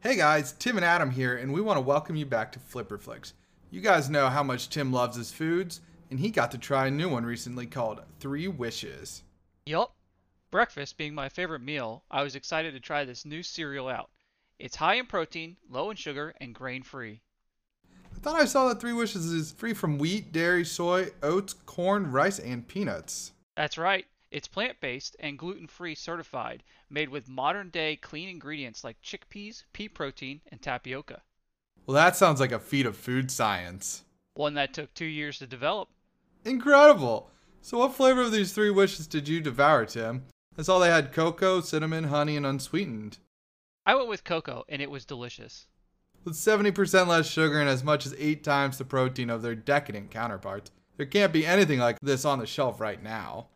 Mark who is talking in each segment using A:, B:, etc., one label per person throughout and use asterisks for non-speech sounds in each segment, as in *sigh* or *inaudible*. A: Hey guys, Tim and Adam here, and we want to welcome you back to Flipper Flicks. You guys know how much Tim loves his foods, and he got to try a new one recently called Three Wishes.
B: Yup. Breakfast being my favorite meal, I was excited to try this new cereal out. It's high in protein, low in sugar, and grain free.
A: I thought I saw that Three Wishes is free from wheat, dairy, soy, oats, corn, rice, and peanuts.
B: That's right, it's plant based and gluten free certified, made with modern day clean ingredients like chickpeas, pea protein, and tapioca.
A: Well, that sounds like a feat of food science.
B: One that took two years to develop.
A: Incredible! So, what flavor of these three wishes did you devour, Tim? I saw they had cocoa, cinnamon, honey, and unsweetened.
B: I went with cocoa, and it was delicious.
A: With 70% less sugar and as much as eight times the protein of their decadent counterparts, there can't be anything like this on the shelf right now.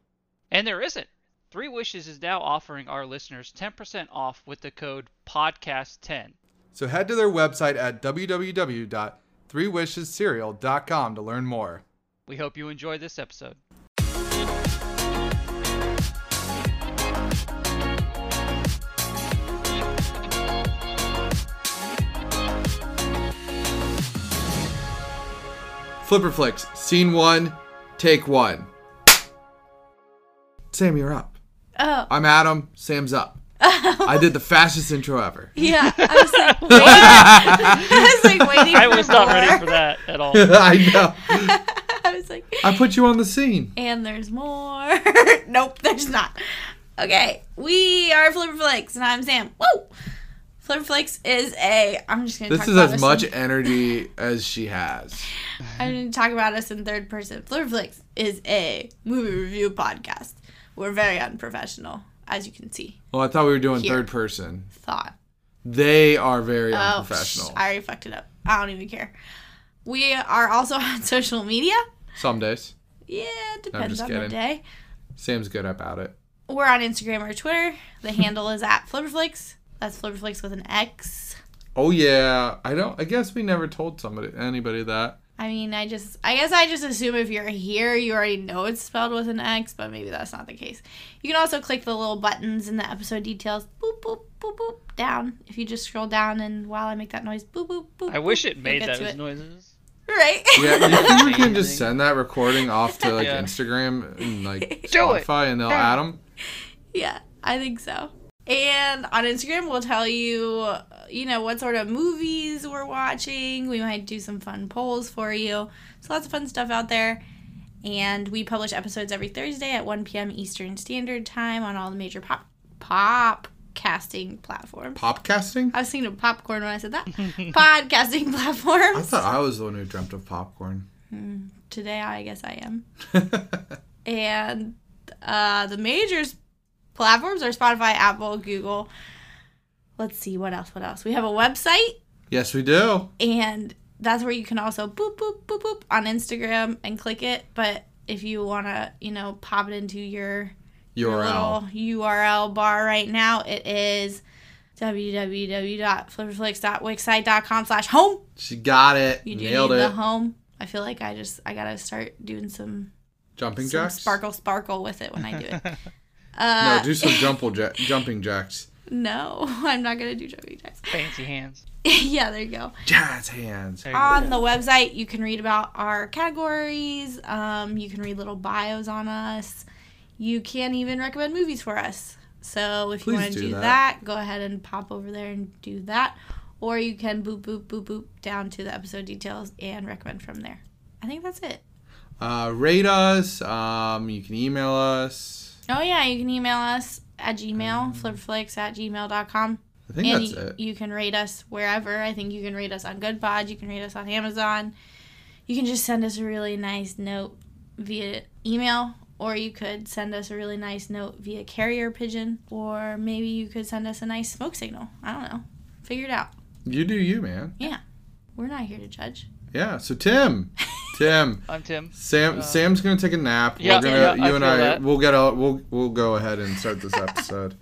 B: And there isn't. Three Wishes is now offering our listeners 10% off with the code PODCAST10.
A: So head to their website at www.threewishescereal.com to learn more.
B: We hope you enjoy this episode.
A: Flipper Flicks, scene one, take one. Sam, you're up. *laughs*
C: Oh,
A: I'm Adam. Sam's
C: *laughs*
A: up. I did the fastest intro ever.
C: yeah. I
B: *laughs*
C: was like, wait. *laughs* I was like waiting.
B: I
C: for
B: was not
C: more. *laughs*
B: ready for that at all.
A: *laughs* I know.
C: I was like,
A: I put you on the scene.
C: and there's more. *laughs* nope, there's not. Okay, we are Flipper Flakes, and I'm Sam. Whoa. Flipper Flakes is a. I'm just gonna.
A: This
C: talk
A: is
C: about
A: as
C: us
A: much
C: In,
A: energy as she has.
C: I'm gonna talk about us in third person. Flipper Flakes is a movie review podcast. We're very unprofessional, as you can see.
A: Well, I thought we were doing
C: Here.
A: third person.
C: Thought.
A: They are very
C: Oh,
A: unprofessional.
C: psh, I already fucked it up. I don't even care. We are also *laughs* on social media.
A: Some days.
C: Yeah, it depends
A: just
C: on the
A: kidding.
C: day.
A: Sam's good about it.
C: We're on Instagram or Twitter.
A: *laughs*
C: The handle is at Flipperflix. That's Flipperflix with an X.
A: Oh yeah, I don't. I guess we never told somebody anybody that.
C: I mean, I just, I guess I just assume if you're here, you already know it's spelled with an X, but maybe that's not the case. You can also click the little buttons in the episode details. Boop, boop, boop, boop, down. If you just scroll down and while I make that noise, boop, boop, boop.
B: I wish
C: boop,
B: it
C: you'll
B: made
C: get
B: those
C: to it.
B: noises.
C: Right?
A: Yeah, you
C: *laughs*
A: think we can just
B: Amazing.
A: send that recording off to like
B: *laughs* Yeah.
A: Instagram and like
C: *laughs*
B: Do it.
A: Spotify, and they'll add them.
C: Yeah, I think so. And on Instagram, we'll tell you, uh, you know, what sort of movies we're watching. We might do some fun polls for you. So lots of fun stuff out there. And we publish episodes every Thursday at 1 p.m. Eastern Standard Time on all the major pop pop casting platforms.
A: Popcasting.
C: I was thinking of popcorn when I said that. Podcasting
A: I
C: platforms.
A: thought I was the one who dreamt of popcorn. *laughs*
C: Today, I guess I am. and uh, the majors platforms are Spotify, Apple, Google. Let's see what else. What else? We have a website,
A: yes, we do.
C: and that's where you can also boop boop boop boop on Instagram and click it. But if you wanna, you know, pop it into your your
A: URL.
C: little URL bar right now, it is www.flipperflix.wixsite.com slash home.
A: She got it.
C: You do
A: Nailed
C: need
A: it.
C: the home. I feel like I just I gotta start doing some
A: Jumping
C: some
A: jacks.
C: sparkle sparkle with it when I
A: *laughs*
C: do it.
A: No,
C: Uh, *laughs*
A: do some jumple ja- jumping jacks.
C: no, *laughs* I'm not gonna do jumping jacks.
B: *laughs*
C: *laughs*
B: Fancy hands.
C: yeah, there you go.
A: Jazz hands.
B: There you go.
C: On the website, you can read about our categories. Um, you can read little bios on us. You can even recommend movies for us. So if you
A: Please
C: want to
A: do
C: do
A: that.
C: that. go ahead and pop over there and do that. Or you can boop boop boop boop down to the episode details and recommend from there. I think that's it.
A: Uh, rate us. Um, you can email us.
C: Oh yeah, you can email us at Gmail, flipflix at gmail.com.
A: I think
C: and
A: that's
C: you,
A: it.
C: you can rate us wherever. I think you can rate us on GoodPod. You can rate us on Amazon. You can just send us a really nice note via email, or you could send us a really nice note via carrier pigeon, or maybe you could send us a nice smoke signal. I don't know. Figure it out.
A: You do you, man.
C: We're not here to judge.
A: Yeah. So
C: *laughs*
A: Tim, Tim,
B: I'm Tim.
A: Sam, Sam's gonna take a nap.
B: Uh, yeah,
A: we're gonna,
B: yeah, I
A: you and
B: feel
A: I,
B: that.
A: we'll get out. We'll we'll go ahead and start
B: *laughs*
A: this episode.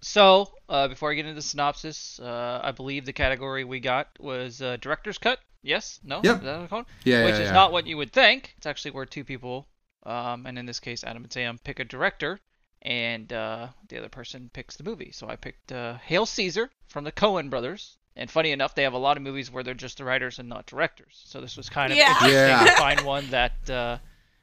B: So, uh, before I get into the synopsis, uh, I believe the category we got was uh, director's cut. Yes? No?
A: Yep.
B: Is that what it's called?
A: Yeah,
B: Which
A: yeah,
B: is
A: yeah.
B: not what you would think. It's actually where two people, um, and in this case, Adam and Sam, pick a director, and uh, the other person picks the movie. So I picked uh, Hail Caesar from the Coen brothers, And funny enough, they have a lot of movies where they're just the writers and not directors. So this was kind of
C: Yeah.
B: interesting to
A: Yeah.
B: find one that uh,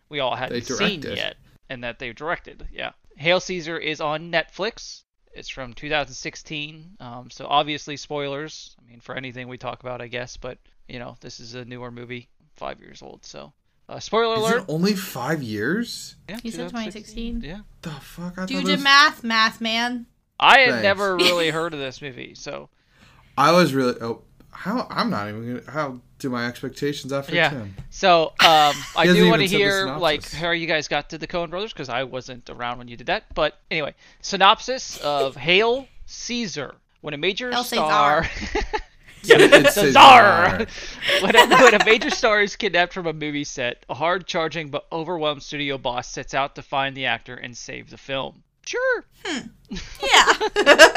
B: we all hadn't seen
A: directed.
B: yet and that they directed. Yeah. Hail Caesar is on Netflix. It's from 2016. Um, so obviously spoilers. I mean, for anything we talk about, I guess. But you know, this is a newer movie, five years old. So uh, spoiler
A: Is
B: alert.
A: it only five years?
B: Yeah,
C: You said 2016.
B: Yeah.
A: The fuck? I
C: Do
A: thought
C: the
A: this-
C: math, math man.
B: I had
A: Thanks. *laughs*
B: never really heard of this movie, so
A: I was really. Oh, how? I'm not even gonna. How do my expectations after
B: yeah.
A: Tim? *laughs*
B: So um, I
A: hasn't
B: do want to
A: even said the
B: hear like
A: synopsis.
B: how you guys got to the Coen Brothers because I wasn't around when you did that. But anyway, synopsis
A: *laughs*
B: of Hail Caesar. When a major
C: Hail
B: star,
C: *laughs*
B: *laughs*
A: It's a
B: Caesar.
A: czar.
B: *laughs* when, a, when a major star is kidnapped from a movie set, a hard-charging but overwhelmed studio boss sets out to find the actor and save the film. Sure,
C: Yeah.
A: *laughs*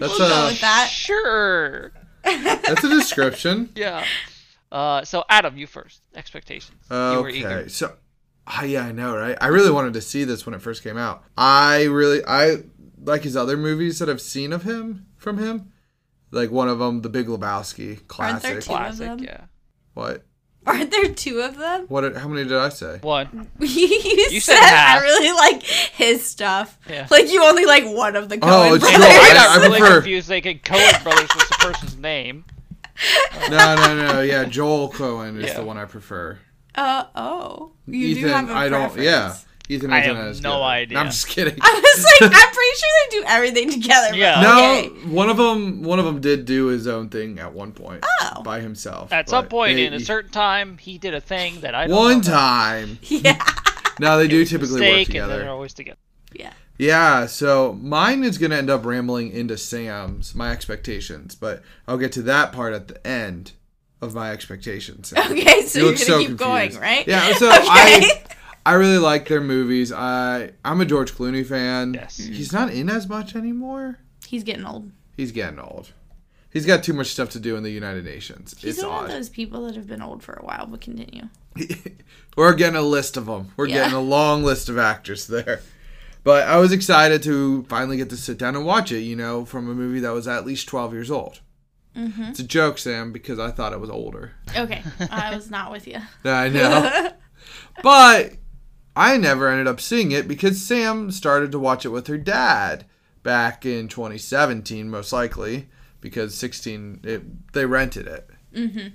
A: That's
C: we'll
A: a
C: go with that.
B: sure,
A: that's a description.
B: yeah. Uh, so Adam, you first. Expectations. you were eager.
A: Okay, so I yeah, I know, right? I really wanted to see this when it first came out. I really, I like his other movies that I've seen of him from him, like one of them, The Big Lebowski,
C: Aren't there
A: classic.
C: two?
B: Classic,
C: them.
B: yeah.
A: What?
C: Aren't there two of them? *laughs*
A: What? did- How many did I say? *laughs*
B: One.
C: you,
B: said
C: said,
B: half.
C: I really like his stuff.
B: Yeah.
C: Like you only like one of the Coen
A: Oh, it's
C: brothers.
B: No, I got
A: I
B: really
A: prefer-
B: confused thinking Cohen Brothers was the person's name.
A: No, no, no. Yeah, Joel Cohen is
B: Yeah.
A: the one I prefer.
C: Uh oh. You do have a
A: I don't.
C: preference.
A: Yeah, Ethan.
B: I
A: isn't
B: have
A: as
B: no
A: good.
B: idea.
A: I'm just kidding.
C: *laughs* I was
A: *laughs*
C: like, I'm pretty sure they do everything together. but
B: Yeah.
A: No,
C: okay.
A: one of them. One of them did do his own thing at one point
C: Oh.
A: by himself.
B: At some
A: but
B: point
A: they-
B: in a certain time, he did a thing that I don't
A: one
B: know about.
A: time.
C: Yeah.
A: No, they do
B: It was a
A: typically work
B: mistake, And they're
A: together.
B: always together. *laughs*
C: Yeah.
A: Yeah, so mine is going to end up rambling into Sam's, my expectations, but I'll get to that part at the end of my expectations. Sam.
C: Okay, so
A: You
C: you're
A: look
C: gonna
A: so
C: keep going,
A: confused.
C: right?
A: Yeah,
C: *laughs*
A: so I I really like their movies. I I'm a George Clooney fan.
B: Yes.
C: Hmm.
A: He's not in as much anymore.
C: He's getting old.
A: He's getting old. He's got too much stuff to do in the United Nations.
C: He's
A: it's
C: one
A: odd.
C: of those people that have been old for a while, but continue.
A: *laughs* We're getting a list of them. We're
C: Yeah.
A: getting a long list of actors there. But I was excited to finally get to sit down and watch it, you know, from a movie that was at least 12 years old. It's a joke, Sam, because I thought it was older.
C: Okay. *laughs* I was not with you.
A: I
C: *laughs*
A: know. but I never ended up seeing it because Sam started to watch it with her dad back in 2017, most likely, because 16 it, they rented it. Mm-hmm.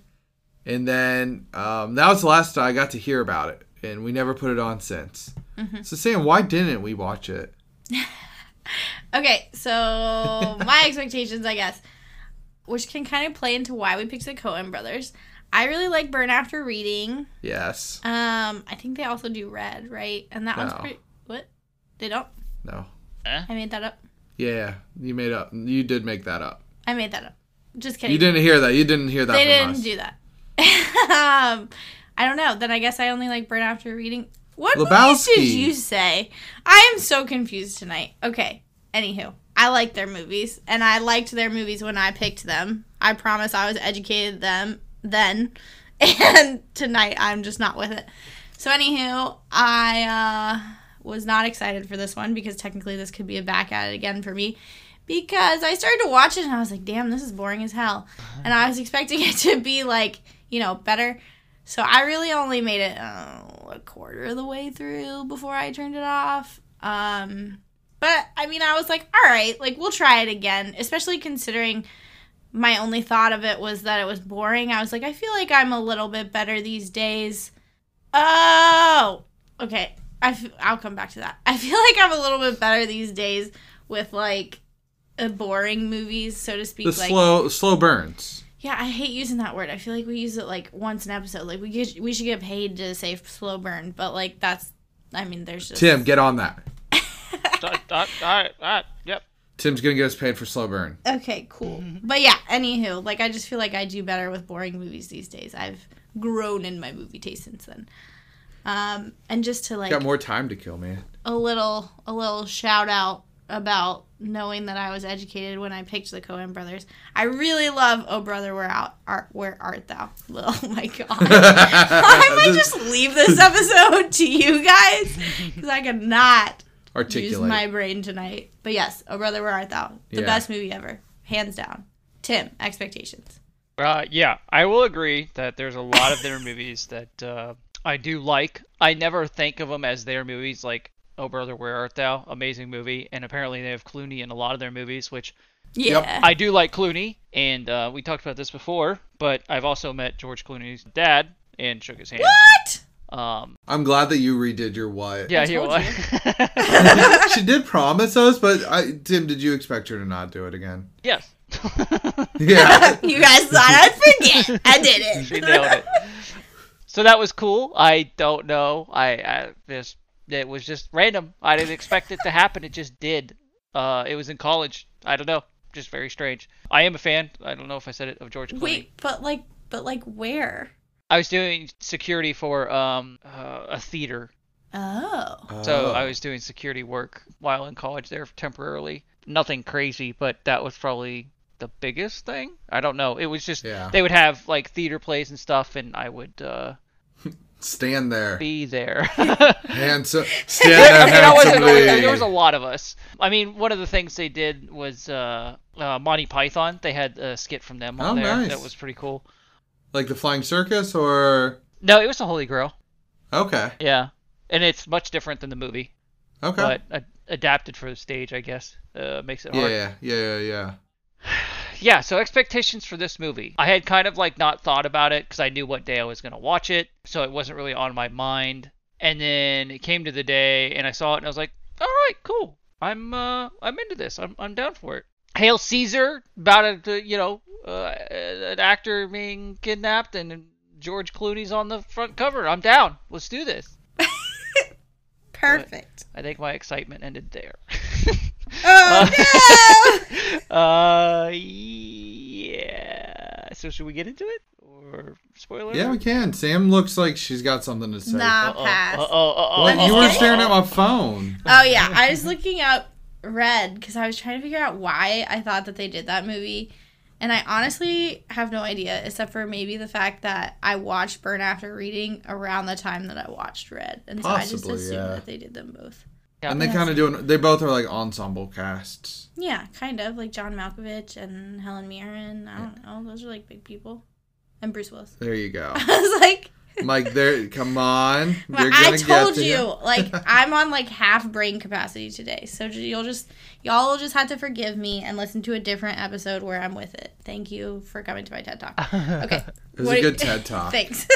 A: And then um, that was the last I got to hear about it, and we never put it on since.
C: Mm-hmm.
A: So Sam, why didn't we watch it?
C: Okay, so my expectations, I guess, which can kind of play into why we picked the Coen brothers. I really like Burn After Reading.
A: Yes.
C: Um, I think they also do Red, right? And that one's
A: No.
C: pretty. What? They don't?
A: No.
C: I made that up.
A: Yeah, you made up. You did make that up.
C: I made that up. Just kidding.
A: You didn't hear that. You didn't hear that.
C: they
A: from
C: didn't
A: us.
C: do that. *laughs* um, I don't know. Then I guess I only like burn after reading. What movies
A: Lebowski.
C: did you say? I am so confused tonight. Okay. Anywho, I like their movies, and I liked their movies when I picked them. I promise I was educated them then, *laughs* and tonight I'm just not with it. So anywho, I uh, was not excited for this one because technically this could be a back at it again for me because I started to watch it and I was like, damn, this is boring as hell. And I was expecting *laughs* it to be like, you know, better. So I really only made it oh, a quarter of the way through before I turned it off. Um, but I mean, I was like, all right, like we'll try it again, especially considering my only thought of it was that it was boring. I was like, I feel like I'm a little bit better these days. Oh, okay. I f- I'll come back to that. *laughs* I feel like I'm a little bit better these days with like uh, boring movies, so to speak.
A: The
C: like
A: slow slow burns.
C: yeah, I hate using that word. I feel like we use it like once an episode. Like we get, we should get paid to say slow burn, but like that's I mean there's just
A: Tim, get on that.
B: Dot, dot, dot, dot. Yep.
A: Tim's gonna get us paid for slow burn.
C: Okay, cool. But yeah, anywho, like I just feel like I do better with boring movies these days. I've grown in my movie taste since then. Um and just to like
A: Got more time to kill,
B: *laughs*
A: man.
C: a little a little shout out about knowing that I was educated when I picked the Coen brothers. I really love Oh Brother Where Out Art Where Art Thou? *laughs* Oh my
A: *laughs*
C: god. *laughs* I might just leave this episode to you guys because I could not use
A: Articulate.
C: my brain tonight. But yes, Oh Brother Where Art Thou? The
A: Yeah.
C: best movie ever. Hands down. Tim, expectations.
B: Uh, yeah, I will agree that there's a lot of their movies that uh, I do like. I never think of them as their movies, like Oh Brother, Where Art Thou? Amazing movie. And apparently they have Clooney in a lot of their movies, which
C: Yeah. *laughs*
B: I do like Clooney. And uh, we talked about this before, but I've also met George Clooney's dad and shook his hand.
C: what?
B: Um,
A: I'm glad that you redid your Wyatt.
B: yeah, here
C: told
B: was.
A: *laughs* she did promise us, but I, Tim, did you expect her to not do it
B: *laughs*
A: again?
B: *laughs* yes.
A: Yeah.
C: you guys thought I'd forget. I
B: *laughs*
C: did it.
B: she nailed it. So that was cool. I don't know. I, I this it was just random. I didn't expect it to happen. It just did. Uh, it was in college. I don't know. Just very strange. I am a fan. I don't know if I said it of George Clooney.
C: *laughs* Wait, but like, but like, where?
B: I was doing security for um uh, a theater,
C: Oh.
B: so
A: Oh.
B: I was doing security work while in college there temporarily. Nothing crazy, but that was probably the biggest thing. I don't know. It was just
A: Yeah.
B: they would have like theater plays and stuff, and I would uh,
A: Stand there.
B: be there. *laughs*
A: Handsome. Stand there
B: I mean, I wasn't
A: handsomely.
B: really- there was a lot of us. I mean, one of the things they did was uh, uh, Monty Python. They had a skit from them on
A: Oh,
B: there.
A: nice.
B: That was pretty cool.
A: Like the Flying Circus or.
B: No, it was the Holy Grail.
A: Okay.
B: Yeah, and it's much different than the movie,
A: Okay.
B: but uh, adapted for the stage, I guess, uh, makes it hard.
A: yeah, yeah, yeah, yeah.
B: yeah, so expectations for this movie. I had kind of like not thought about it because I knew what day I was going to watch it, so it wasn't really on my mind. And then it came to the day and I saw it and I was like, "All right, cool. I'm uh I'm into this. I'm I'm down for it." Hail Caesar about a you know, uh, an actor being kidnapped and George Clooney's on the front cover. I'm down. Let's do this.
C: Perfect.
B: I think my excitement ended there.
C: *laughs* Oh no!
B: *laughs* uh yeah. So should we get into it or spoiler?
A: Yeah, we can. Sam looks like she's got something to say.
C: Nah,
B: Oh,
C: pass.
B: oh, oh, oh, oh,
A: What?
B: oh,
A: you were
B: oh,
A: staring
B: oh,
A: at my phone. *laughs*
C: Oh yeah, I was looking up Red because I was trying to figure out why I thought that they did that movie, and I honestly have no idea except for maybe the fact that I watched Burn After Reading around the time that I watched Red, and so I just
A: Possibly,
C: assumed
A: yeah.
C: that they did them both.
B: Yeah.
A: And they kind of doing. They both are like ensemble casts.
C: Yeah, kind of like John Malkovich and Helen Mirren. I don't know; those are like big people, and Bruce Willis. *laughs*
A: There you go.
C: I was like,
A: Like there, come on.
C: *laughs* Well,
A: You're
C: I
A: gonna
C: told
A: get to *laughs*
C: you,
A: him.
C: like I'm on like half brain capacity today, so j- you'll just y'all will just have to forgive me and listen to a different episode where I'm with it. Thank you for coming to my
A: *laughs*
C: TED talk. Okay,
A: It was
C: What
A: a
C: do
A: good
C: *laughs* you-
A: TED talk.
C: thanks.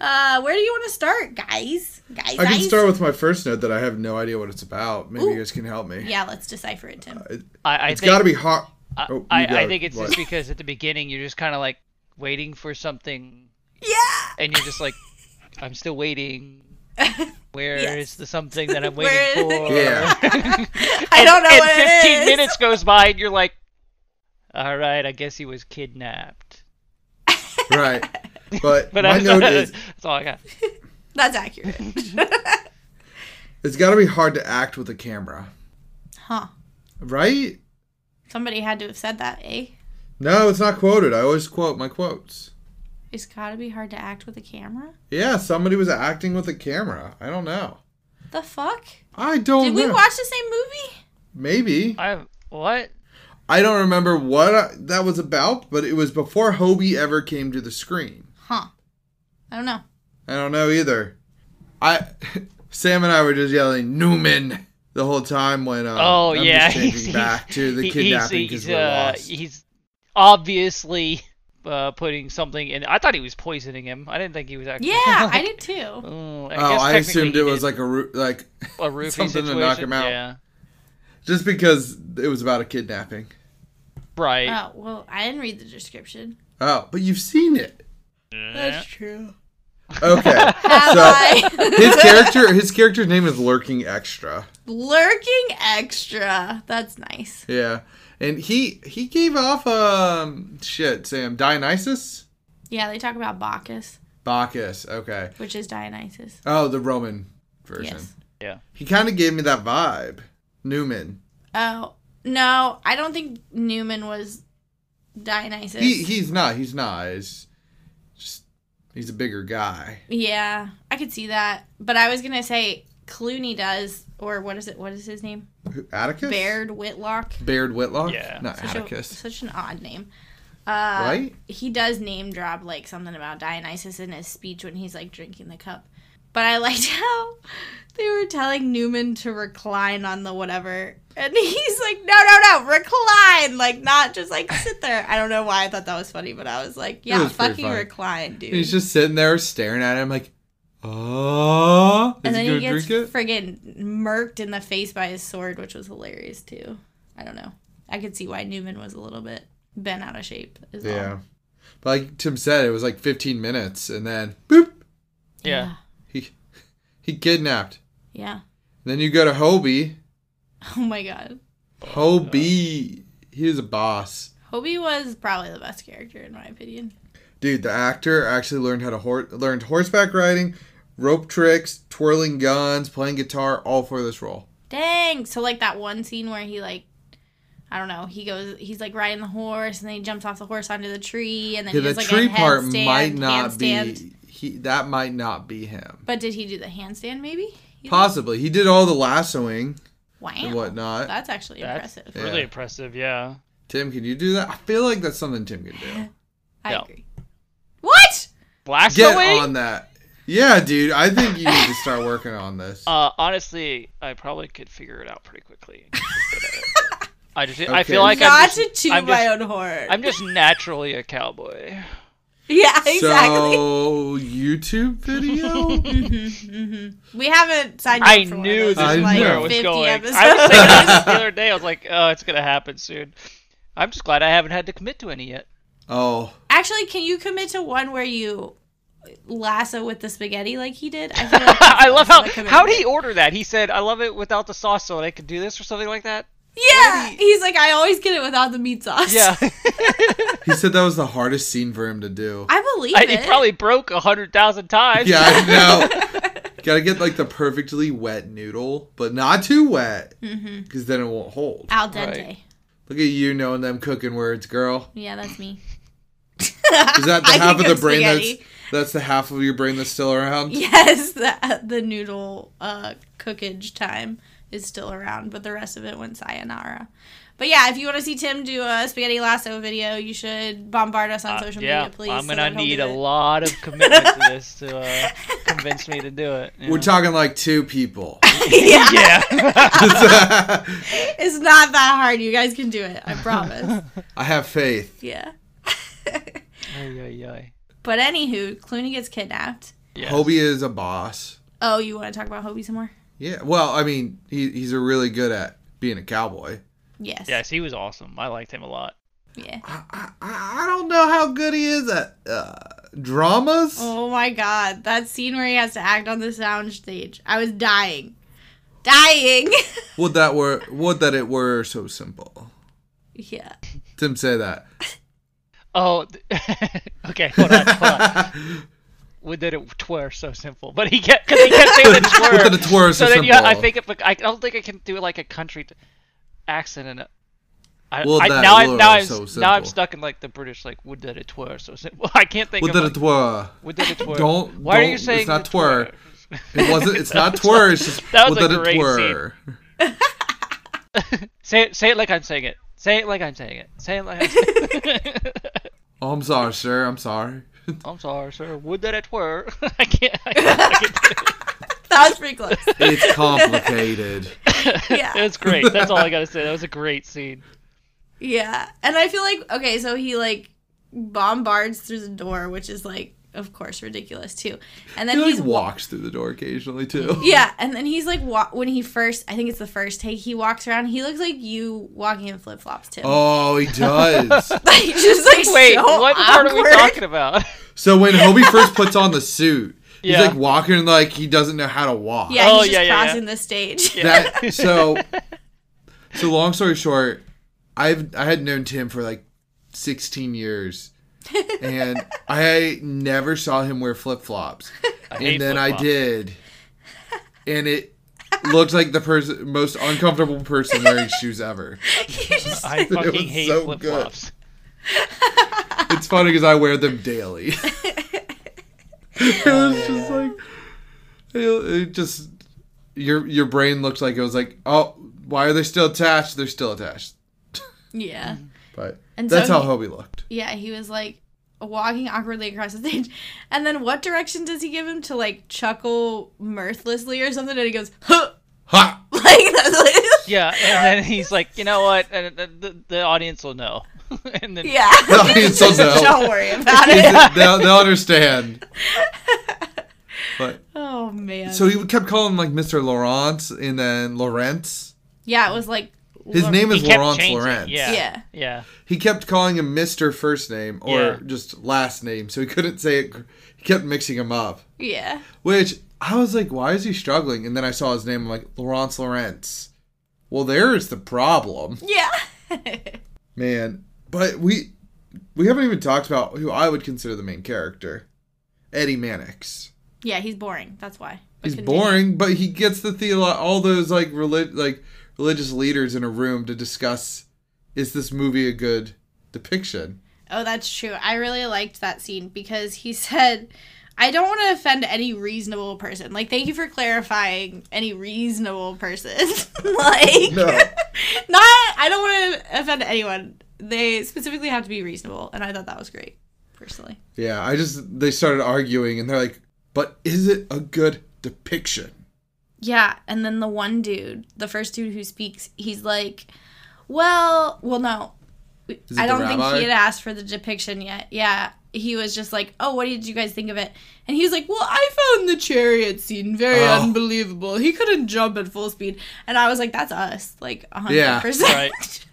C: uh, where do you want to start, guys? Guys,
A: I can
C: guys?
A: start with my first note that I have no idea what it's about. Maybe you
C: Ooh.
A: guys can help me.
C: Yeah, let's decipher it, Tim.
B: I, I
A: Uh, It's
B: think,
A: got to be hot.
B: I,
A: oh, you
B: I, I
A: gotta-
B: think it's
A: what?
B: just because at the beginning you're just kind of like waiting for something,
C: Yeah.
B: and you're just like, I'm still
C: *laughs*
B: waiting. Where is
C: Yes.
B: the something
C: *laughs*
B: that I'm
C: Where
B: waiting
C: is-
B: for?
A: *laughs* Yeah.
C: *laughs* I don't know
B: and
C: what it
B: 15
C: is.
B: minutes goes by, and you're like, all right, I guess he was kidnapped.
A: right. *laughs* But,
B: But
A: my
B: that's,
A: note is
B: that's all I got.
C: That's accurate. *laughs*
A: it's got to be hard to act with a camera,
C: huh.
A: right?
C: Somebody had to have said that, eh?
A: No, it's not quoted. I always quote my quotes.
C: It's gotta be hard to act with a camera.
A: Yeah, somebody was acting with a camera. I don't know.
C: The fuck?
A: I don't
C: Did
A: know.
C: we watch the same movie?
A: Maybe.
B: I what?
A: I don't remember what I, that was about, but it was before Hobie ever came to the screen.
C: Huh. I don't know.
A: I don't know either. I *laughs* Sam and I were just yelling Newman the whole time when um,
B: Oh
A: I'm
B: yeah, *laughs*
A: just changing back to the
B: he-
A: kidnapping
B: He's,
A: because
B: he's,
A: we're
B: uh,
A: lost.
B: he's obviously uh, putting something in. I thought he was poisoning him. I didn't think he was actually.
C: Yeah, *laughs* I did too.
B: *laughs* Oh, I,
A: oh,
B: guess
A: I
B: technically
A: assumed
B: he
A: it was
B: did.
A: like a roo- like *laughs*
B: a roofie
A: something to
B: situation.
A: knock him out.
B: Yeah,
A: just because it was about a kidnapping.
B: right.
C: Oh, well, I didn't read the description.
A: Oh, but you've seen it.
B: That's
C: true.
B: *laughs*
A: Okay.
C: Have
A: So-
C: I?
A: his character his character's name is Lurking Extra.
C: *laughs* Lurking extra. That's nice.
A: Yeah. And he he gave off um shit, Sam, Dionysus?
C: Yeah, they talk about Bacchus,
A: Bacchus. Okay.
C: which is Dionysus.
A: Oh, the Roman version.
C: Yes.
B: yeah.
A: He kind of gave me that vibe. Newman.
C: Oh, no, I don't think Newman was Dionysus.
A: He he's not. He's not. He's just he's a bigger guy.
C: yeah, I could see that. But I was going to say Clooney does or what is it? What is his name?
A: Who- Atticus?
C: Baird Whitlock.
A: Baird Whitlock?
B: Yeah.
A: Not
C: Such, a,
A: Atticus.
C: such an odd name. Uh,
A: Right?
C: He does name drop like something about Dionysus in his speech when he's like drinking the cup. But I liked *laughs* how they were telling Newman to recline on the whatever. And he's like, no, no, no, recline. Like, not just like sit there. I don't know why I thought that was funny, but I was like, yeah,
A: was pretty
C: fucking
A: funny.
C: recline, dude.
A: And he's just sitting there staring at him like, oh, is
C: and then
A: he going
C: he gets
A: to drink it?
C: friggin' murked in the face by his sword, which was hilarious too. I don't know. I could see why Newman was a little bit bent out of shape. Is all.
A: yeah. But like Tim said, it was like 15 minutes and then boop,
B: Yeah.
A: he, he kidnapped.
C: Yeah. *laughs*
A: Then you go to Hobie.
C: Oh my god.
B: Oh,
A: Hobie, he was a boss.
C: Hobie was probably the best character in my opinion.
A: Dude, the actor actually learned how to hor- learned horseback riding, rope tricks, twirling guns, playing guitar, all for this role.
C: Dang. So like that one scene where he like I don't know, he goes he's like riding the horse and then he jumps off the horse onto the tree and then
A: Yeah,
C: he does
A: the
C: like
A: tree
C: a
A: part
C: handstand,
A: might not
C: handstand.
A: be he. That might not be him.
C: But did he do the handstand maybe? You
A: Possibly, he did all the lassoing
C: think? Wow.
A: and whatnot.
C: That's actually
B: That's
C: impressive.
B: really
A: Yeah.
B: impressive. Yeah.
A: Tim, can you do that? I feel like that's something Tim can do.
C: I
B: Yeah.
C: agree. What?
B: Blast
A: Get
B: away.
A: on that. Yeah, dude, I think you need to start working on
C: *laughs*
A: this.
B: Uh, honestly, I probably could figure it out pretty quickly. I just, I
A: Okay.
B: feel like I'm
C: Not
B: just,
C: to toot
B: I'm
C: my
B: just-
C: own horn.
B: I'm just naturally a cowboy.
C: *laughs* yeah, exactly.
A: So YouTube video.
C: *laughs* we haven't signed up
B: I
C: for one of
B: knew
C: those
B: this
A: I
B: is
A: know.
C: in,
B: where it
C: like
B: was
C: 50
B: going.
C: episodes.
B: I was thinking this the other day. I was like, oh, it's gonna happen soon. I'm just glad I haven't had to commit to any yet.
A: oh,
C: Actually, can you commit to one where you lasso with the spaghetti like he did? I feel
B: *laughs*
C: like
B: *laughs*
C: that's
B: I love
C: also
B: how
C: a commitment.
B: how would he order that? He said, "I love it without the sauce, so I could do this or something like that."
C: Yeah, he's like I always get it without the meat sauce.
B: *laughs* *laughs*
A: he
B: Yeah,
A: said that was the hardest scene for him to do.
C: I believe
B: I,
C: it.
B: he probably broke a hundred thousand times.
A: Yeah, I know. Gotta get like the perfectly wet noodle, but not too wet, because
C: Mm-hmm.
A: then it won't hold.
C: al dente.
B: Right.
A: Look at you knowing them cooking words, girl.
C: Yeah, that's me.
A: Is that the
C: *laughs* I
A: half of
C: think
A: the
C: of
A: brain
C: spaghetti.
A: that's that's the half of your brain that's still around?
C: Yes, *laughs* the the noodle uh, cookage time is still around, but the rest of it went sayonara. But yeah, if you want to see Tim do a spaghetti lasso video, you should bombard us on
B: Uh,
C: social
B: yeah,
C: media, please.
B: I'm
C: so
B: gonna
C: that he'll
B: need
C: do
B: a
C: it.
B: lot of commitment to this to uh, convince me to do it. you
A: We're
B: know?
A: talking like two
C: *laughs*
A: people.
C: *laughs*
A: *laughs*
C: yeah, *laughs*
B: yeah. *laughs*
A: I
C: it's not that hard. You guys can do it. I promise.
A: have faith.
C: yeah. *laughs*
B: Ay, ay, ay.
C: but anywho, Clooney gets kidnapped.
B: Yes.
A: Hobie is a boss.
C: Oh, you want to talk about Hobie some more?
A: Yeah. Well, I mean, he, he's a really good at being a cowboy.
C: Yes.
B: Yes, he was awesome. I liked him a lot.
C: Yeah.
A: I, I, I I don't know how good he is at uh, dramas.
C: Oh my god, that scene where he has to act on the soundstage. I was dying. Dying.
A: Would that were would that it were so simple.
C: *laughs* yeah.
A: Tim say that.
B: Oh, th- *laughs* okay. Hold on, hold on.
A: *laughs*
B: Would that it twere so simple, but he kept because he kept saying
A: *laughs*
B: the twere.
A: Would that it were so
B: so then you,
A: simple.
B: I think if I don't think I can do like a country t- accent and. a- I,
A: Would
B: I,
A: that
B: now, I,
A: were
B: now, I'm,
A: so
B: now I'm
A: simple.
B: stuck in like the British like would that it were so simple. *laughs* I can't think
A: Would
B: of
A: that
B: like,
A: it were.
B: would that it were.
A: Don't-
B: Why are
A: don't-
B: you
A: it's
B: saying
A: not
B: the
A: twere.
B: twere?
A: It wasn't. It's
B: *laughs*
A: not twere. It's just
B: That was
A: would
B: a
A: that it
B: great
A: were.
B: Say it, say it like I'm saying it. Say it like I'm saying it. Say it like I'm saying it. *laughs*
A: Oh, I'm sorry, sir. I'm sorry.
B: I'm sorry, sir. Would that it were. *laughs* I can't. I can't, I can't do
C: *laughs* That was pretty *laughs* close.
B: *laughs*
A: It's complicated.
B: it.
C: Yeah.
B: it was great. That's all I gotta say. That was a great scene.
C: Yeah. And I feel like okay, so he like bombards through the door, which is like of course ridiculous too. And then
A: he
C: he's
A: like walks through the door occasionally too.
C: *laughs* Yeah, and then he's like wa- when he first I think it's the first take he walks around, he looks like you walking in flip-flops too.
A: Oh,
C: *laughs*
A: he does.
C: Like just *laughs* like
B: *laughs* Wait,
C: so
B: what part are we
C: awkward.
B: talking about?
A: so when Hobie first puts on the suit,
B: Yeah.
A: he's like walking like he doesn't know how to walk.
C: *laughs* Yeah,
B: Oh,
C: he's just
B: yeah, yeah, yeah.
C: crossing the stage.
B: *laughs*
A: That so. So long story short, I've I had known Tim for like 16 years,
B: *laughs*
A: and I never saw him wear flip flops,
B: hate
A: and then I
B: flip-flops.
A: did, and it looked like the person most uncomfortable person wearing shoes ever.
C: You're
B: *laughs*
C: just-
B: I fucking hate
A: so
B: flip flops.
A: It's funny because I wear them daily. *laughs* it was just like it, it just your your brain looked like it was like, oh, why are they still attached? They're still attached.
C: *laughs* Yeah.
A: But
C: And
A: that's
C: so
A: how
C: he-
A: Hobie looked.
C: Yeah, he was like walking awkwardly across the stage. And then what direction does he give him to like chuckle mirthlessly or something? And he goes, huh! *laughs*
A: Ha!
C: Like, that's
B: *laughs*
C: what
B: Yeah, and then he's like, you know what? And the, the, the audience will know. *laughs* and
A: *laughs*
B: then
C: Yeah.
A: It's so dumb.
C: *laughs* Don't
A: *laughs*
C: worry about it.
B: Yeah.
A: they'll, they'll understand. But
C: *laughs* Oh, man.
A: so he kept calling him like Mr. Laurent and then Laurent.
C: yeah, it was like.
A: His
C: Lor-
A: name
B: he
A: is
B: kept
A: Laurent
B: changing.
A: Laurent.
B: Yeah.
C: Yeah.
B: Yeah.
A: He kept calling him Mr. first name or
B: Yeah.
A: just last name, so he couldn't say it. He kept mixing him up,
C: *laughs* Yeah.
A: which I was like, why is he struggling? And then I saw his name, I'm like, Laurent Laurent. Well, there's the problem.
C: Yeah. *laughs*
A: Man, but we we haven't even talked about who I would consider the main character, Eddie Mannix.
C: yeah, he's boring. That's why. But
A: He's
C: continue.
A: boring, but he gets the theolo- all those like relig- like religious leaders in a room to discuss is this movie a good depiction?
C: Oh, that's true. I really liked that scene because he *laughs* said, I don't want to offend any reasonable person. Like, thank you for clarifying any reasonable person. *laughs* like,
A: No.
C: not, I don't want to offend anyone. They specifically have to be reasonable. And I thought that was great, personally.
A: *laughs* Yeah, I just they started arguing and they're like, "But is it a good depiction?"
C: Yeah, and then the one dude, the first dude who speaks, he's like, "Well, well, no,
A: Is it
C: I
A: the
C: don't think
A: rabbi?
C: he had asked for the depiction yet." Yeah, he was just like, "Oh, what did you guys think of it?" And he was like, "Well, I found the chariot scene very
A: Oh.
C: unbelievable. He couldn't jump at full speed," and I was like, "That's us, like a hundred
A: Yeah,
C: percent."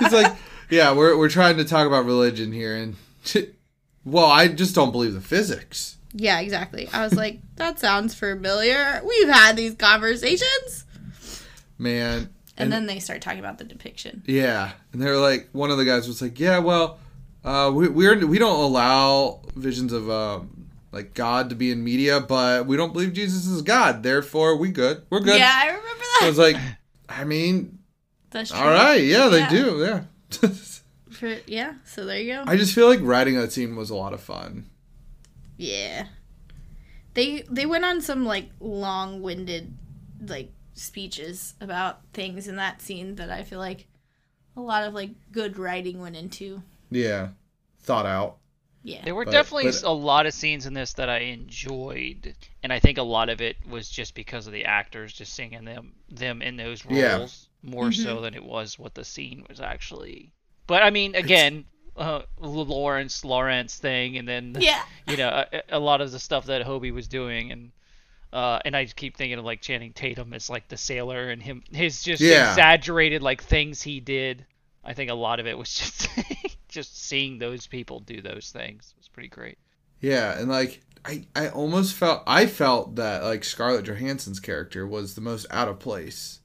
A: He's like, "Yeah, we're we're trying to talk about religion here and *laughs* well, I just don't believe the physics."
C: *laughs* Yeah, exactly. I was like, "That sounds familiar. We've had these conversations."
A: Man,
C: And, then they start talking about the depiction.
A: Yeah, and they were like, one of the guys was like, "Yeah, well, uh, we we're, we don't allow visions of um, like God to be in media, but we don't believe Jesus is God. Therefore, we good. We're good."
C: Yeah, I remember
A: I
C: that.
A: was like, "I mean,
C: That's true.
A: all right, yeah, they
C: Yeah.
A: do, yeah." *laughs*
C: For, yeah, so there you go.
A: I just feel like writing that scene was a lot of fun.
C: Yeah. They they went on some like long-winded like speeches about things in that scene that I feel like a lot of like good writing went into.
A: Yeah, thought out.
C: Yeah.
B: There were
A: But-
B: definitely
A: but-
B: a lot of scenes in this that I enjoyed, and I think a lot of it was just because of the actors just singing them them in those roles
A: Yeah.
B: more so
C: Mm-hmm.
B: than it was what the scene was actually. But I mean, again, uh, Lawrence Lawrence thing, and then
C: Yeah.
B: you know a, a lot of the stuff that Hobie was doing, and uh, and I just keep thinking of like Channing Tatum as like the sailor, and him his just
A: Yeah.
B: exaggerated like things he did. I think a lot of it was *laughs* just just seeing those people do those things was pretty great.
A: Yeah, and like I, I almost felt I felt that like Scarlett Johansson's character was the most out of place.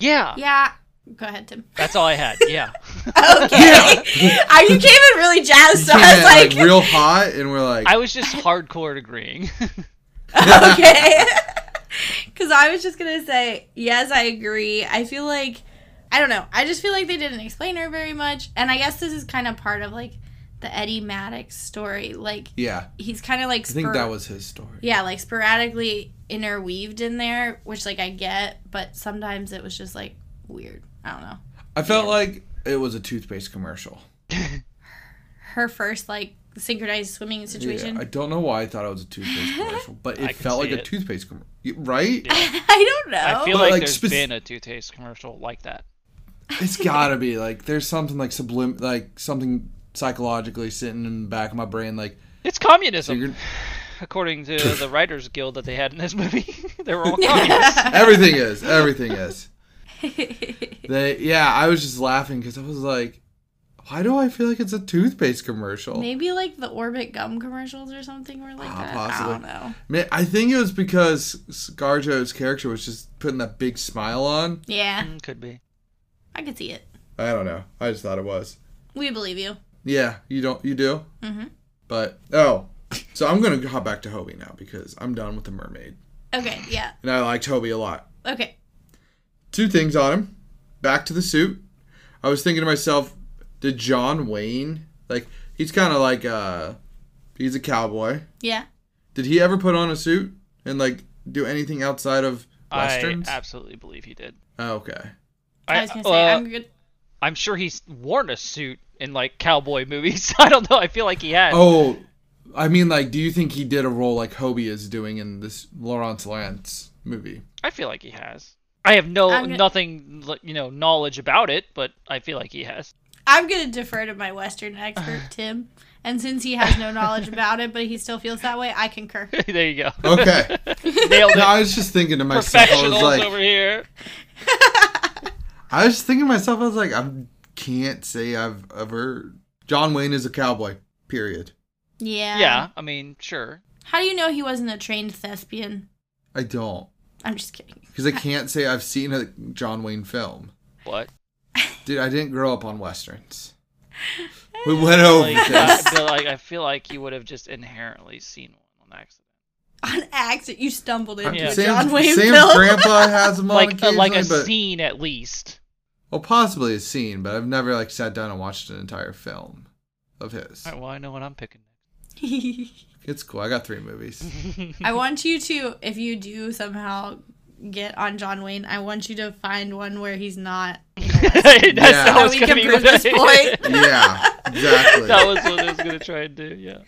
B: Yeah,
C: Yeah. Go ahead, Tim. *laughs*
B: that's all I had. Yeah,
C: Okay. I, you came in really jazzed, *laughs* so
A: Came
C: I
A: in,
C: was like,
A: real hot, and we're like,
B: I was just hardcore agreeing. *laughs*
C: okay. *laughs* Because I was just going to say, yes, I agree. I feel like, I don't know. I just feel like they didn't explain her very much. And I guess this is kind of part of like the Eddie Maddox story. Like,
A: yeah.
C: he's kind of like,
A: I think
C: spor-
A: that was his story.
C: yeah, like sporadically interweaved in there, which like I get, but sometimes it was just like weird. I don't know.
A: I felt like it was a toothpaste commercial.
C: Her first like synchronized swimming situation.
A: Yeah, I don't know why I thought it was a toothpaste commercial, but
B: I
A: it
B: can
A: felt like
B: see
A: a
B: it.
A: toothpaste commercial, right?
B: Yeah.
C: *laughs* I, don't know.
B: I feel
C: *laughs*
A: But,
B: like,
A: like,
B: there's
A: spec-
B: been a toothpaste commercial like that.
A: *laughs* It's gotta be like there's something like sublim, like something psychologically sitting in the back of my brain, like
B: It's communism,
A: you're-
B: according to the Writers Guild that they had in this movie. *laughs* they were all
A: *laughs*
B: communists.
A: everything
B: *laughs*
A: is, everything is. They, yeah, I was just laughing because I was like, why do I feel like it's a toothpaste commercial?
C: Maybe like the Orbit gum commercials or something were like
A: Oh. Ah,
C: that.
A: possibly.
C: I don't know.
A: Man, I think it was because Scarjo's character was just putting that big smile on.
C: Yeah,
B: Mm, Could be.
C: I could see it.
A: I don't know. I just thought it was.
C: We believe you.
A: Yeah, you don't. You do.
C: Mhm.
A: But oh, so I'm gonna hop back to Hobie now because I'm done with the mermaid,
C: Okay, yeah.
A: and I liked Hobie a lot.
C: Okay.
A: Two things on him. Back to the suit. I was thinking to myself, did John Wayne like he's kind of like uh he's a cowboy.
C: Yeah.
A: Did he ever put on a suit and like do anything outside of Westerns?
B: I absolutely believe he did.
A: Oh, okay.
C: I, was gonna say
B: uh,
C: I'm good.
B: I'm sure he's worn a suit in like cowboy *laughs* movies. I don't know. I feel like he has.
A: Oh, I mean, like, do you think he did a role like Hobie is doing in this Laurence Lance movie?
B: I feel like he has. I have no
C: I'm gonna-
B: nothing, like, you know, knowledge about it, but I feel like he has. *laughs*
C: I'm gonna defer to my Western expert Tim, and since he has no knowledge about it, but he still feels that way, I concur.
B: there you go.
A: Okay.
B: *laughs* Nailed
A: no,
B: it.
A: I was just thinking to myself, I was
B: Professionals
A: like,
B: over here.
A: I was just thinking to myself, I was like, I can't say I've ever. John Wayne is a cowboy. Period.
C: Yeah.
B: Yeah, I mean, sure.
C: How do you know he wasn't a trained thespian?
A: I don't
C: I'm just kidding. *laughs*
A: because I can't say I've seen a John Wayne film.
B: What?
A: Dude, I didn't grow up on westerns.
C: *laughs*
A: We went over
B: Like, uh, I
A: this.
B: feel like I feel like he would have just inherently seen one on accident.
C: On accident, you stumbled into
B: Yeah.
C: a
A: Sam's,
C: John Wayne
A: Sam's
C: film.
A: grandpa has
B: *laughs*
A: them on
B: Like a, like a
A: occasionally, but-
B: scene at least.
A: Well, possibly a scene, but I've never like sat down and watched an entire film of his.
B: All right, well, I know what I'm picking.
A: It's cool. I got three movies.
C: *laughs*
B: *laughs*
C: I *laughs* want you to, if you do somehow get on John Wayne, I want you to find one where he's not. *laughs*
B: That's
A: Yeah.
B: how
A: So
B: it's
C: we
B: gonna
C: can
B: be
C: prove this
B: right.
C: point.
A: yeah, exactly.
B: *laughs* that was what I was gonna try and do. Yeah.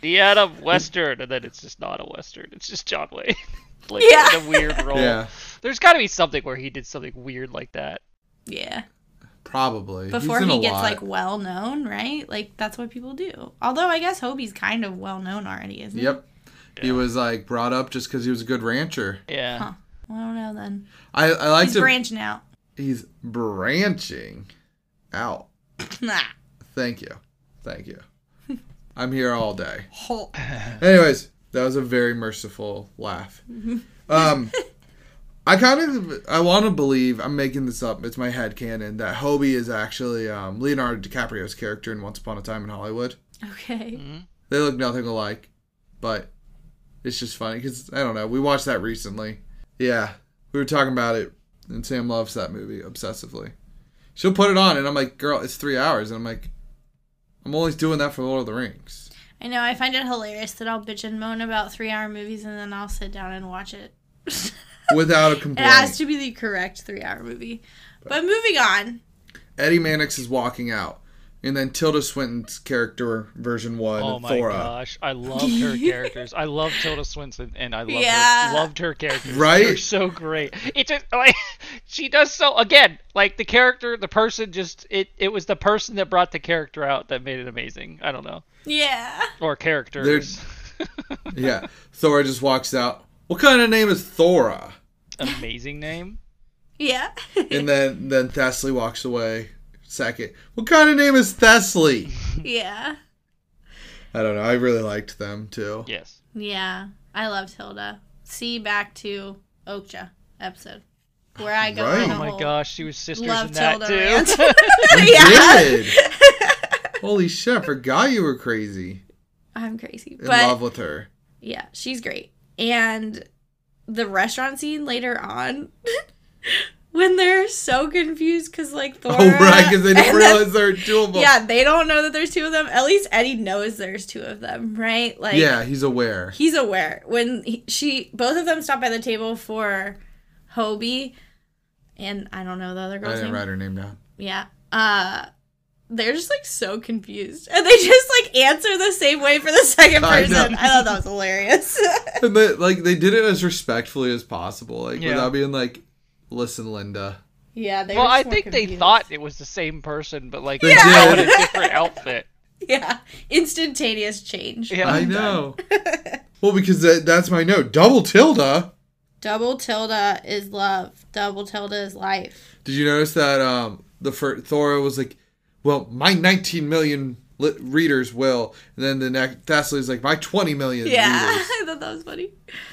B: Indiana Western, and then it's just not a Western. It's just John Wayne. *laughs* like
C: Yeah.
B: in a weird role.
A: Yeah.
B: There's got to be something where he did something weird like that.
C: yeah.
A: Probably
C: Before
A: He's in
C: he
A: a
C: gets
A: lot.
C: like well known, right? Like that's what people do. Although I guess Hobie's kind of well known already, isn't
A: Yep. He
B: Yeah.
A: was like brought up just because he was a good rancher.
B: Yeah.
C: he? Huh. I don't know then.
A: I, I like
C: He's
A: to.
C: branching out. *laughs*
A: he's branching out.
C: Nah.
A: Thank you. Thank
C: *laughs*
A: you. I'm here all day.
C: Whole-
A: Anyways, that was a very merciful
C: *laughs*
A: laugh. Um, I kind of I want to believe I'm making this up. It's my head canon that Hobie is actually um, Leonardo DiCaprio's character in Once Upon a Time in Hollywood.
C: Okay.
A: They look nothing alike, but it's just funny because I don't know. We watched that recently. Yeah, we were talking about it, and Sam loves that movie obsessively. She'll put it on, and I'm like, "Girl, it's three hours," and I'm like, "I'm always doing that for Lord of the
C: *laughs*
A: Rings."
C: I know. I find it hilarious that I'll bitch and moan about three-hour movies and then I'll sit down and watch it. *laughs* it
A: Without a complaint.
C: has to be the correct three-hour movie. But moving on.
A: Eddie Mannix is walking out, and then Tilda Swinton's character version one,
B: Oh my
A: Thora.
B: gosh,
C: *laughs*
B: I loved her characters. I love Tilda Swinton, and I loved
C: Yeah.
B: her, loved her characters.
A: Right?
B: they're so great. It just like *laughs* she does so again. Like the character, the person, just it. It was the person that brought the character out that made it amazing. I don't know,
C: Yeah. *laughs*
B: or characters.
A: *laughs* Yeah, Thora just walks out. What kind of name is Thora?
B: *laughs* amazing name.
C: Yeah.
A: And then then Thessaly walks away. Second, what kind of name is Thessaly?
C: *laughs* yeah.
A: I don't know. I really liked them too.
B: Yes.
C: Yeah, I loved Hilda. See back to Okja episode where I go.
A: Right.
C: on
A: Oh
C: a
B: Oh my
C: whole
B: gosh, she was sisters
C: Love
B: in that
C: Tilda
B: too.
C: rant.
A: You
C: *laughs* yeah,
A: did. Holy shit! I forgot you were crazy
C: I'm crazy,
A: in
C: but
A: love with her.
C: yeah, she's great. And the restaurant scene later on. *laughs* When they're so confused because like Thora,
A: Oh right, because they didn't
C: *laughs* and then-
A: realize there were two of them.
C: yeah, they don't know that there's two of them. At least Eddie knows there's two of them, right? Like,
A: yeah, he's aware.
C: he's aware when he, she both of them stop by the table for Hobie and I don't know the other
A: I
C: girl's
A: didn't
C: name.
A: write her name down.
C: Yeah. Uh they're just like so confused. And they *laughs* just like answer the same way for the
A: *laughs*
C: second
A: I
C: person.
A: know.
C: I, thought that was hilarious. *laughs*
A: And they, like they did it as respectfully as possible, like
B: Yeah.
A: without being like, "Listen, Linda."
C: yeah, they
B: Well,
C: were
B: I
C: just more
B: think they
C: confused.
B: thought it was the same person, but like
A: They
B: they
A: Yeah.
B: had a
A: did.
B: different outfit.
C: *laughs*
A: *laughs*
C: Yeah. Instantaneous change.
B: Yeah.
A: I know.
C: *laughs*
A: well, because that, that's my note. Double tilde.
C: Double tilde is love. Double tilde is life.
A: Did you notice that um the fir- Thora was like, "Well, my 19 million li- readers will," and then the next Thessaly's like, "My 20 million
C: Yeah. *laughs*
A: readers."
C: I thought that was funny.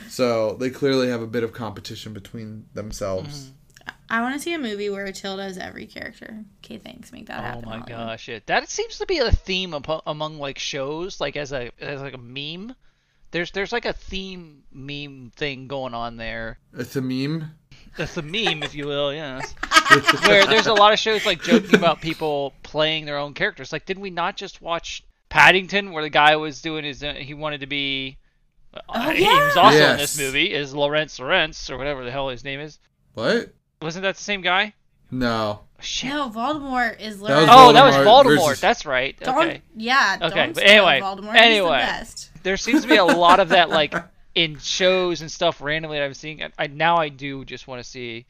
A: So they clearly have a bit of competition between themselves.
C: I want to see a movie where Tilda is every character. Okay, thanks. Make that
B: Oh
C: happen.
B: my
C: Hollywood.
B: gosh, yeah. That seems to be a theme apo- among like shows, like as a as like a meme. There's there's like a theme meme thing going on there.
A: It's a meme.
B: That's a meme, if you will, yes.
A: *laughs*
B: Where there's a lot of shows like joking about people playing their own uh, characters. Like, did we not just watch Paddington, where the guy was doing his he wanted to be uh,
C: yeah.
B: who's also in
A: Yes.
B: this movie, is Lawrence Lawrence or whatever the hell his name is.
A: What?
B: Wasn't that the same guy? Oh,
A: No.
B: Shit.
C: No, Voldemort is
A: That was
C: Lawrence.
B: Oh, that was
A: Voldemort
B: Voldemort.
A: versus-
B: That's right.
C: Don't,
B: Okay.
C: yeah.
B: Okay,
C: Don't
B: but
C: spoil
B: anyway,
C: Voldemort.
B: anyway.
C: he's the best.
B: There seems to be a lot of that,
C: *laughs*
B: like in shows and stuff randomly that I'm seeing. I, I now I do just want to see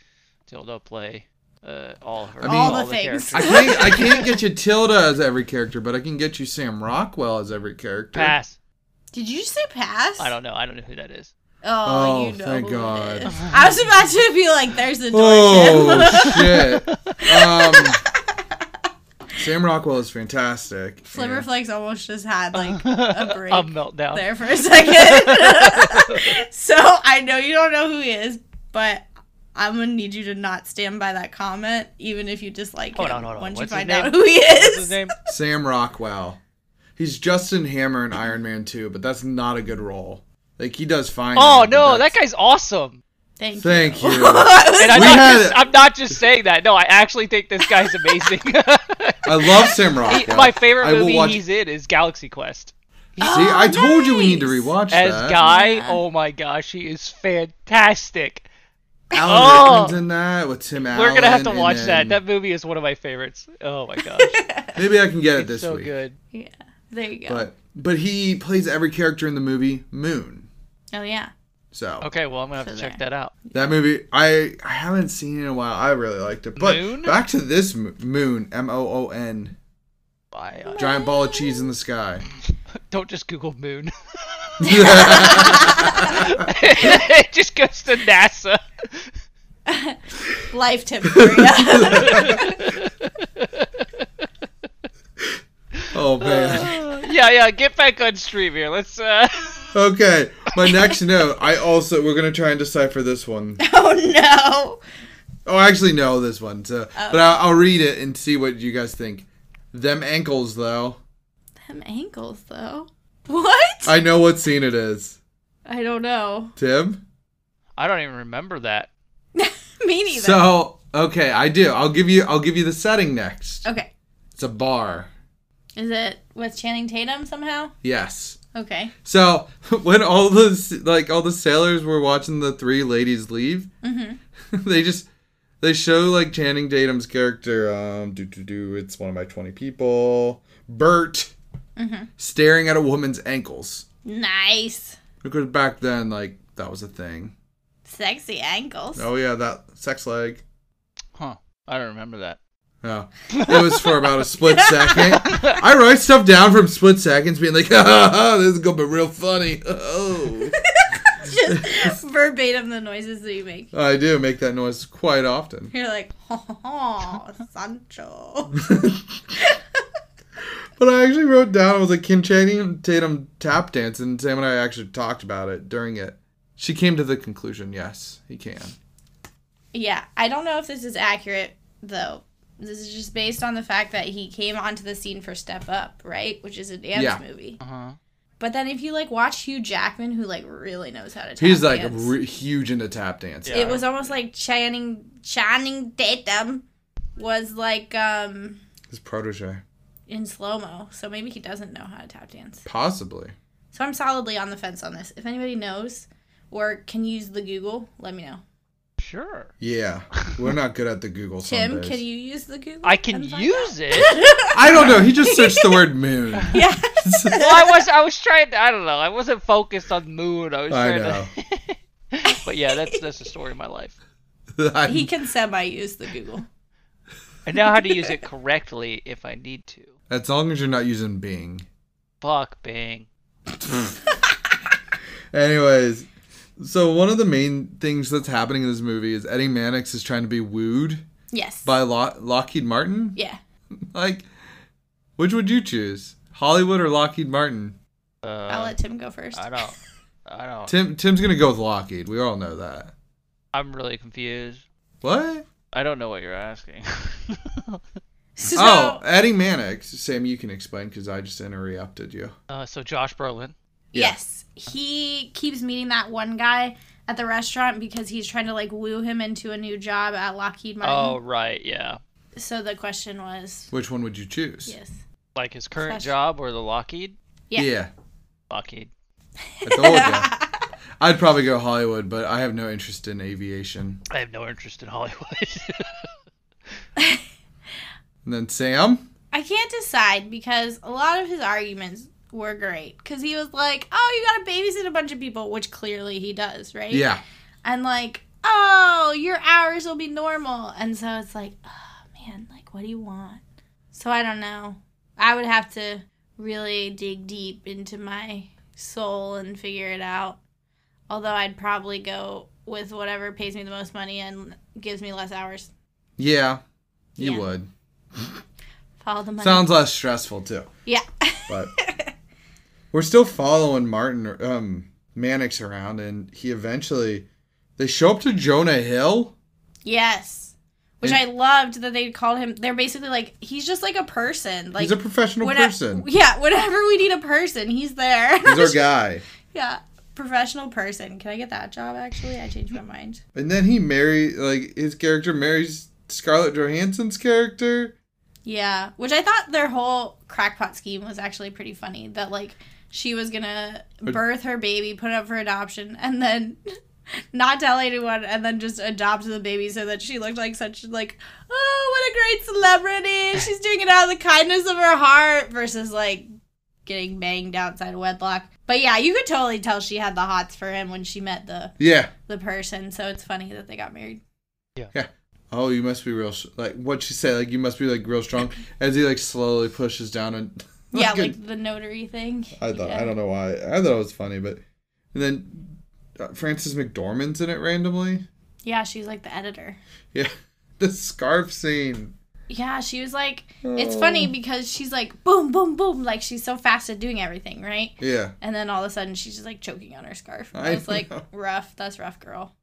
B: Tilda play uh, all of her,
A: I mean-
B: all,
A: All
C: the
B: the,
C: things.
A: I
B: characters.
A: can't. I can't get you Tilda as every character, but I can get you Sam Rockwell as every character.
B: *laughs* Pass.
C: Did you just say pass?
B: I don't know. I don't know who that is.
C: Oh, you
A: Oh,
C: know
A: thank
C: who
A: God.
C: It is. I was about to be like, "There's the door."
A: *laughs* Oh
C: Jim.
A: shit! Um, Sam Rockwell is fantastic.
C: Flimmer
A: and-
C: Flakes almost
B: *laughs*
C: just had like a break
B: A meltdown.
C: there for a second. *laughs* so I know you don't know who he is, but I'm gonna need you to not stand by that comment, even if you dislike
B: Hold
C: him.
B: on, hold on.
C: Once
B: What's
C: you
B: his
C: find
B: name?
C: out who he
B: What's his
C: is,
B: name?
A: Sam Rockwell. He's Justin Hammer in Iron Man 2, but that's not a good role. Like he does fine.
B: Oh
A: but
B: no,
A: that's-
B: that guy's awesome.
C: thank,
A: Thank
B: *laughs*
C: you.
A: you.
C: *laughs* I was
B: And I'm
A: We
B: not,
A: had-
B: just, I'm not just saying that. No, I actually think this guy's
A: *laughs*
B: amazing. *laughs*
A: I love Sam
B: He-
A: Rockwell.
B: my favorite
A: Oh, I will
B: movie
A: watch-
B: he's in is Galaxy Quest.
A: *gasps* See, I told you we need
B: *gasps*
A: to
C: nice.
A: rewatch
B: As
A: that.
B: Guy,
C: Yeah.
B: oh my gosh, he is fantastic.
A: Alan
B: Oh.
A: Rickman's in that with Tim Allen.
B: We're gonna have to
A: and
B: watch that.
A: then-
B: That movie is one of my favorites. Oh my *laughs* gosh,
A: Maybe I can get it
B: it's
A: this
B: so
A: week.
B: good.
C: yeah, there you go.
A: But but he plays every character in the movie Moon.
C: oh yeah,
A: So
B: Okay, well I'm gonna have to
C: So
B: check
C: there.
B: that out.
A: that movie I I haven't seen it in a while. I really liked it. But
B: Moon?
A: back to this mo- Moon M O O N
B: Bye. Uh,
A: giant ball of cheese in the sky.
B: Don't just Google
A: *laughs*
B: Moon. *laughs* it just goes to *laughs* NASA.
C: life tip for you.
A: *laughs* oh man.
B: yeah, yeah. Get back on stream here. Let's. uh...
A: Okay, my next note. I also we're gonna try and decipher this one.
C: *laughs* oh
A: Oh, I actually know this one. So, but I'll, I'll read it and see what you guys think. Them ankles, though.
C: no, them ankles though. What?
A: I know what scene it is.
C: I don't know. *laughs*
A: Tim.
B: I don't even remember that.
C: Me neither.
A: So, okay, I do. I'll give you. I'll give you the setting next.
C: okay.
A: It's a bar.
C: Is it with Channing Tatum somehow?
A: Yes.
C: Okay.
A: So *laughs* when all the s- like all the sailors were watching the three ladies leave, *laughs* they just they show like Channing Tatum's character. Um, do do do. It's one of my twenty people. Bert staring at a woman's ankles
C: Nice.
A: because back then like that was a thing.
C: Sexy ankles.
A: Oh yeah, that sex leg.
B: Huh. I don't remember that.
A: Oh, it was for about a split second. I write stuff down from split seconds, being like, *laughs* "This is gonna be real funny." *laughs* Oh,
C: Just *laughs* verbatim the noises that you make.
A: I do make that noise quite often.
C: You're like, *laughs* oh,
A: *laughs*
C: Sancho.
A: But I actually wrote down, I was like, Kim Channing Tatum tap dance, and Sam and I actually talked about it during it. She came to the conclusion, yes, he can.
C: yeah, I don't know if this is accurate, though. This is just based on the fact that he came onto the scene for Step Up, right? Which is a dance
A: Yeah.
C: movie.
B: Uh huh.
C: But then if you, like, watch Hugh Jackman, who, like, really knows how to tap
A: He's like
C: dance,
A: re- huge into tap dance.
B: Yeah.
C: it was almost like Channing, Channing Tatum was, like, um,
A: His protege.
C: in slow mo, so maybe he doesn't know how to tap dance.
A: Possibly.
C: So I'm solidly on the fence on this. If anybody knows or can use the Google, let me know.
B: Sure.
A: Yeah. We're not good at the Google
C: Tim,
A: some days.
C: can you use the Google?
B: I can
C: and find
B: use
C: out? *laughs*
B: it.
A: I don't know. He just searched the word moon.
C: Yeah.
B: Well, I was. I was trying. To, I don't know. I wasn't focused on mood. I was
A: I
B: trying to. *laughs* but yeah, that's that's the story of my life.
A: *laughs* I'm-
C: he can semi use the Google. *laughs*
B: I know how to use it correctly if I need to.
A: as long as you're not using Bing.
B: Fuck Bing.
A: Anyways, so one of the main things that's happening in this movie is Eddie Mannix is trying to be wooed
C: Yes.
A: by Lock- Lockheed Martin.
C: yeah.
A: Like, which would you choose, Hollywood or Lockheed Martin?
B: Uh,
C: I'll let Tim go first.
B: I don't. I don't.
A: Tim Tim's gonna go with Lockheed. We all know that.
B: I'm really confused.
A: What?
B: I don't know what you're asking. *laughs*
C: So,
A: oh, Eddie Mannix. Sam, you can explain because I just interrupted you.
B: uh, so Josh Brolin.
A: yeah.
C: yes, he keeps meeting that one guy at the restaurant because he's trying to like woo him into a new job at Lockheed
B: Oh
C: Martin.
B: right, yeah.
C: So the question was,
A: Which one would you choose?
C: yes.
B: Like his current
C: Slash-
B: job or the Lockheed.
C: Yeah.
A: yeah.
B: Lockheed.
A: I told ya. I'd probably go Hollywood, but I have no interest in aviation.
B: I have no interest in Hollywood. *laughs*
A: And then Sam?
C: *laughs* I can't decide because a lot of his arguments were great. Because he was like, oh, you gotta babysit a bunch of people, which clearly he does, right?
A: Yeah.
C: And like, oh, your hours will be normal. And so it's like, oh, man, like, what do you want? So I don't know. I would have to really dig deep into my soul and figure it out. Although I'd probably go with whatever pays me the most money and gives me less hours.
A: Yeah. You
C: Yeah.
A: would.
C: Follow the money.
A: Sounds less stressful too.
C: *laughs* yeah.
A: But
C: *laughs*
A: we're still following Martin um Mannix around and he eventually they show up to Jonah Hill.
C: Yes. Which
A: And-
C: I loved that they called him. They're basically like he's just like a person. Like
A: He's a professional
C: when-
A: person.
C: *laughs* yeah, whenever we need a person, he's there.
A: He's our guy.
C: yeah, professional person. Can I get that job? Actually, I changed my mind.
A: And then he marry like his character marries Scarlett Johansson's character.
C: Yeah, which I thought their whole crackpot scheme was actually pretty funny. That like she was gonna birth her baby, put it up for adoption, and then *laughs* not tell anyone, and then just adopt the baby so that she looked like such like oh what a great celebrity. She's doing it out of the kindness of her heart versus like getting banged outside of wedlock. But yeah, you could totally tell she had the hots for him when she met the
A: Yeah.
C: the person. So it's funny that they got married.
A: Oh, you must be real. s like what she say? Like you must be like real
C: *laughs*
A: strong. As he like slowly pushes down and *laughs*
C: yeah,
A: a-
C: like the notary thing.
A: I thought
C: Yeah.
A: I don't know why I thought it was funny, but and then uh, Frances McDormand's in it randomly.
C: Yeah, she's like the editor.
A: Yeah, *laughs* the scarf scene.
C: Yeah, she was like,
A: Oh.
C: it's funny because she's like, boom, boom, boom. Like, she's so fast at doing everything, right?
A: Yeah,
C: And then all of a sudden, she's just like choking on her scarf.
A: I
C: I was like,
A: know.
C: rough. That's rough, girl.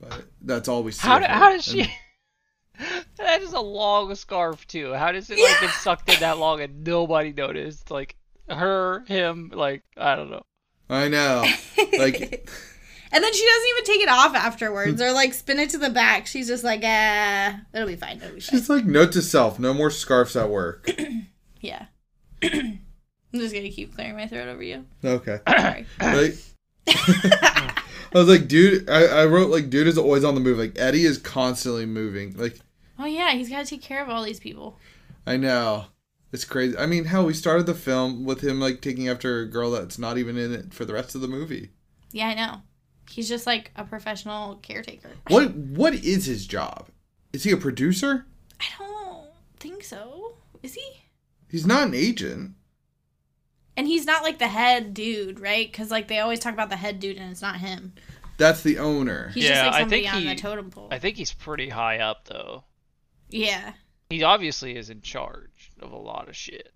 A: but that's all we see.
B: how
A: of
B: do,
A: her.
B: how does she?
A: And
B: *laughs* that is a long scarf too. How does it
C: Yeah.
B: like get sucked in that long and nobody noticed? Like her, him, like I don't know.
A: I know. Like
C: *laughs* And then she doesn't even take it off afterwards or like spin it to the back. She's just like, uh, it'll be fine. It'll be fine.
A: she's like note to self: no more scarves at work.
C: Yeah. *clears throat* I'm just going to keep clearing my throat over you.
A: Okay.
C: Sorry.
A: Like, *laughs* I was like, dude. I, I wrote like, dude is always on the move. Like Eddie is constantly moving. Like
C: oh, yeah. He's got to take care of all these people.
A: I know. It's crazy. I mean, hell, we started the film with him like taking after a girl that's not even in it for the rest of the movie.
C: Yeah, I know. He's just like a professional caretaker.
A: What what is his job? Is he a producer?
C: I don't think so. Is he?
A: He's not an agent.
C: And he's not like the head dude, right? Because like they always talk about the head dude, and it's not him.
A: That's the owner.
C: He's
B: Yeah,
C: just like
B: I
C: somebody
B: think
C: on
B: he-
C: the totem pole.
B: I think he's pretty high up though.
C: yeah,
B: He obviously is in charge of a lot of shit.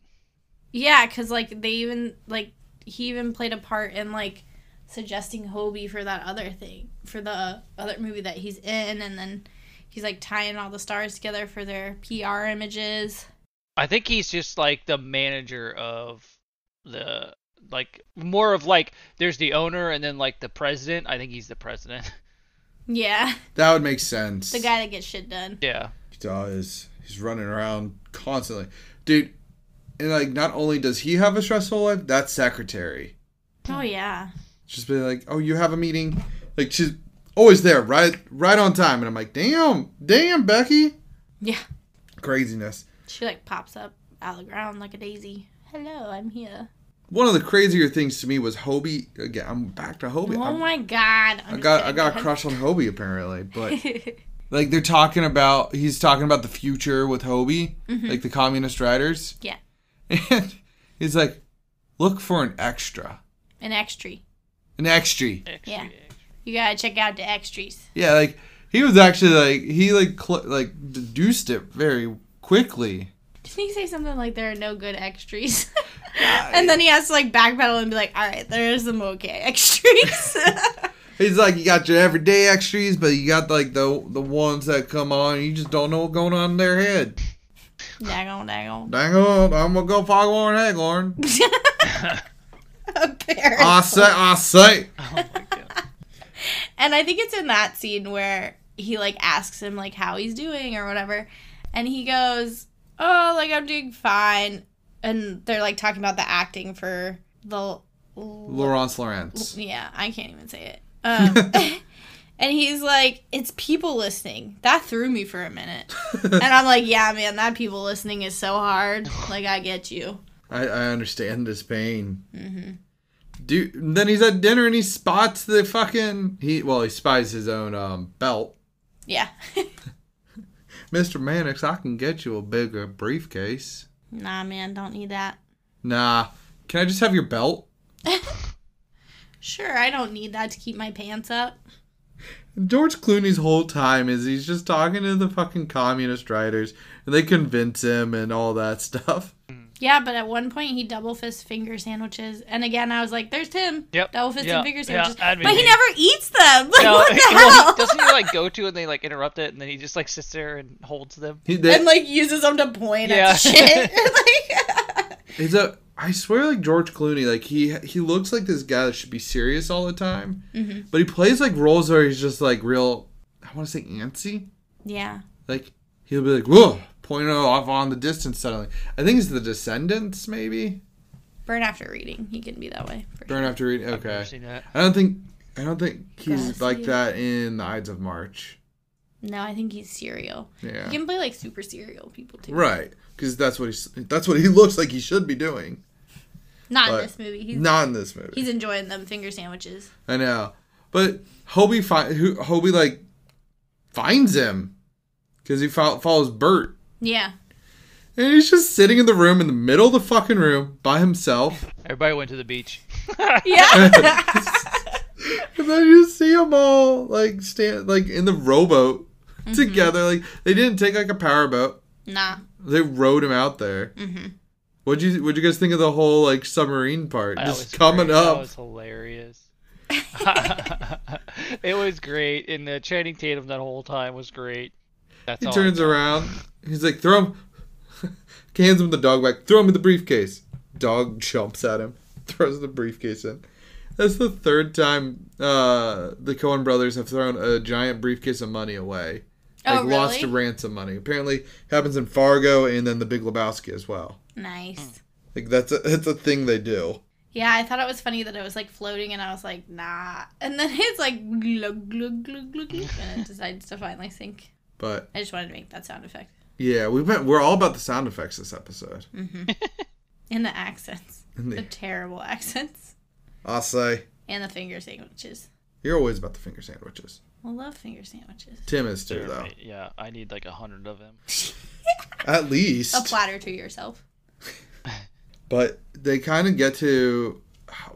C: yeah, because like they even like he even played a part in like suggesting Hobie for that other thing for the other movie that he's in, and then he's like tying all the stars together for their PR images.
B: I think he's just like the manager of the like more of like there's the owner and then like the president. I think he's the president. *laughs*
C: Yeah, *laughs*
A: That would make sense.
C: the guy that gets shit done.
B: yeah.
A: he does. He's running around constantly, dude. And like, not only does he have a stressful life, that secretary
C: Oh yeah,
A: just be like, "Oh, you have a meeting." Like she's always there, right, right on time. And I'm like, "Damn, damn, Becky,
C: yeah.
A: craziness."
C: She like pops up out of the ground like a daisy. Hello, I'm here.
A: One of the crazier things to me was Hobie. Again, I'm back to Hobie.
C: Oh
A: I'm-
C: my god!
A: I got I got a crush on Hobie
C: *laughs*
A: apparently, but like they're talking about he's talking about the future with Hobie,
C: Mm-hmm.
A: like the communist riders.
C: Yeah.
A: And he's like, look for an extra.
C: An extra.
A: An extra.
B: Extra,
C: Yeah.
B: extra.
C: You gotta check out the extras.
A: Yeah, like he was actually like he like cl- like deduced it very quickly.
C: Didn't he say something like there are no good extras? *laughs* and then he has to like backpedal and be like, all right, there's some okay *laughs* extras.
A: He's like, you got your everyday extras, but you got like the the ones that come on. You just don't know what's going on in their head.
C: dang on, dang on.
A: Dang on, I'm gonna go foghorn Haghorn.
C: *laughs* Apparently.
A: I say, I say.
B: *laughs* Oh my god.
C: And I think it's in that scene where he like asks him like how he's doing or whatever, and he goes, "Oh, like I'm doing fine." And they're like talking about the acting for the
A: Laurence Lawrence.
C: yeah, I can't even say it. Um, and he's like, "It's people listening." That threw me for a minute, and I'm like, "Yeah, man, that people listening is so hard. Like, I get you."
A: I, I understand his pain.
C: Mhm.
A: Dude, then he's at dinner and he spots the fucking he. Well, he spies his own um, belt.
C: Yeah, *laughs*
A: Mister Mannix, I can get you a bigger briefcase.
C: nah, man, don't need that.
A: Nah, can I just have your belt?
C: Sure, I don't need that to keep my pants up.
A: George Clooney's whole time is he's just talking to the fucking communist writers, and they convince him and all that stuff. *laughs*
C: Yeah, but at one point he double fist finger sandwiches, and again I was like, "There's Tim."
B: Yep.
C: Double fist
B: Yeah,
C: and finger
B: yeah,
C: sandwiches,
B: that'd be
C: but he
B: me.
C: never eats them. *laughs* Like
B: No,
C: what the
B: *laughs* well, he-
C: hell?
B: doesn't he like go to and they like interrupt it and then he just like sits there and holds them?
A: He, they,
C: and like uses them to point
B: Yeah.
C: at shit. *laughs* like,
A: Is a I swear like George Clooney like he he looks like this guy that should be serious all the time,
C: Mm-hmm.
A: but he plays like roles where he's just like real. I want to say antsy.
C: yeah.
A: Like he'll be like whoa, pointing off on the distance suddenly. I think it's The Descendants maybe.
C: Burn after reading, he can be that way. for sure.
A: Burn after reading. Okay,
B: I've seen that.
A: I don't think I don't think he's
C: Gosh,
A: like
C: yeah.
A: that in The Ides of March.
C: No, I think he's serial.
A: Yeah,
C: He can play like super serial people too.
A: right. Because that's what he's that's what he *laughs* looks like he should be doing.
C: Not
A: But-
C: in this movie. He's
A: Not in this movie.
C: he's enjoying them finger sandwiches.
A: I know, but Hobie fi- who Hobie like finds him because he fo- follows Bert,
C: *laughs* Yeah.
A: and he's just sitting in the room in the middle of the fucking room by
C: *laughs*
A: himself.
B: Everybody went to the beach. *laughs*
C: Yeah. *laughs*
A: And then you see them all like stand like in the rowboat
C: Mm-hmm.
A: together. Like they didn't take like a powerboat;
C: nah.
A: they rowed him out there.
C: Mm-hmm.
A: What'd you What'd you guys think of the whole like submarine part?
B: That
A: just
B: was
A: coming
B: great.
A: up.
B: That was hilarious. *laughs* it was great, and the Channing Tatum that whole time was great. That's
A: He
B: all. *laughs*
A: turns around. He's like, throw him. *laughs* hands him the dog back. Throw him in the briefcase. Dog jumps at him, *laughs* throws the briefcase in. That's the third time uh, the Cohen brothers have thrown a giant briefcase of money away.
C: Oh,
A: Like lost a
C: really?
A: ransom money. Apparently happens in Fargo and then the Big Lebowski as well.
C: Nice.
A: Like that's a *laughs* that's a thing they do.
C: Yeah, I thought it was funny that it was like floating, and I was like, nah. And then it's like glug glug glug glug, glug, and it decides to finally sink.
A: But
C: I just wanted to make that sound effect
A: yeah, we went we're all about the sound effects this episode.
C: and the accents,
A: And
C: the
A: the,
C: terrible accents,
A: I'll say,
C: and the finger sandwiches.
A: you're always about the finger sandwiches.
C: I love finger sandwiches.
A: Tim is too
B: They're
A: though.
B: ama- Yeah, I need like a hundred of them. *laughs*
A: At least
C: A platter to yourself.
A: but they kind of get to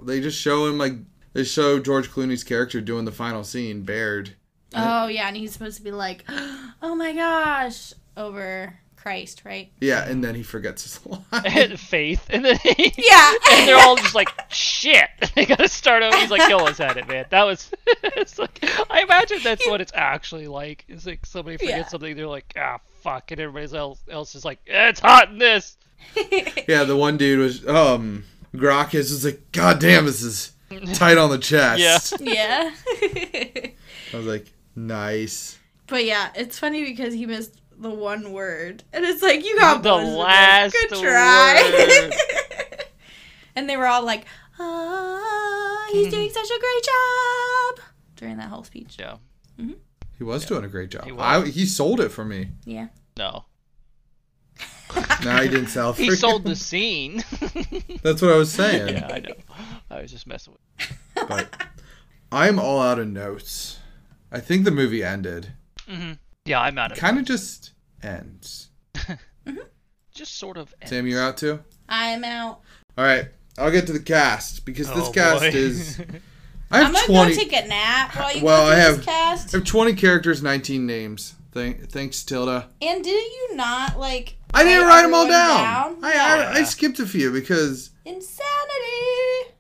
A: they just show him like they show George Clooney's character doing the final scene bared
C: Oh yeah, and he's supposed to be like, *gasps* oh my gosh, over Christ, right?
A: yeah and then he forgets his *laughs* line
B: And Faith, and then he,
C: *laughs* Yeah.
B: and *laughs* they're all just like, "Shit, *laughs* they gotta start over." He's like, "Yo, us at it, man." That was. *laughs* it's like I imagine that's what it's actually like. It's like somebody forgets
C: Yeah.
B: something, they're like, "Ah, fuck," and everybody else else is like, "Eh, "It's hot in this."
A: yeah the one dude was um Grok is just like god damn this is tight
B: *laughs*
A: on the chest
C: yeah. *laughs*
A: I was like nice
C: but yeah, it's funny because he missed the one word, and it's like you got
B: The
C: most of them.
B: last
C: Good try. *laughs* and they were all like, "Ah, he's doing such a great job." During that whole speech.
B: Yeah.
A: he was doing a great job
B: He
A: he,
B: was.
A: I, he sold it for me
C: Yeah.
B: No.
A: no he didn't sell it for
B: *laughs* He sold
A: you.
B: the scene. *laughs*
A: that's what I was saying
B: yeah, I know. I was just messing with.
A: but I'm all out of notes I think the movie ended
B: Mm-hmm. Yeah, I'm out of.
A: kind of just ends
B: Just sort of. ends.
A: Sam you're out too
C: I'm out.
A: All right, I'll get to the cast because this
B: Oh,
A: cast
B: boy. *laughs*
A: is. I
C: I'm
A: have
C: gonna
A: twenty.
C: go take a nap while you
A: Well,
C: go through
A: I
C: this
A: have-
C: cast.
A: I have twenty characters, nineteen names. Thank, thanks, Tilda.
C: And didn't you not like?
A: I didn't write them all
C: everyone
A: down. I, I I
B: Yeah.
A: skipped a few because
C: Insanity.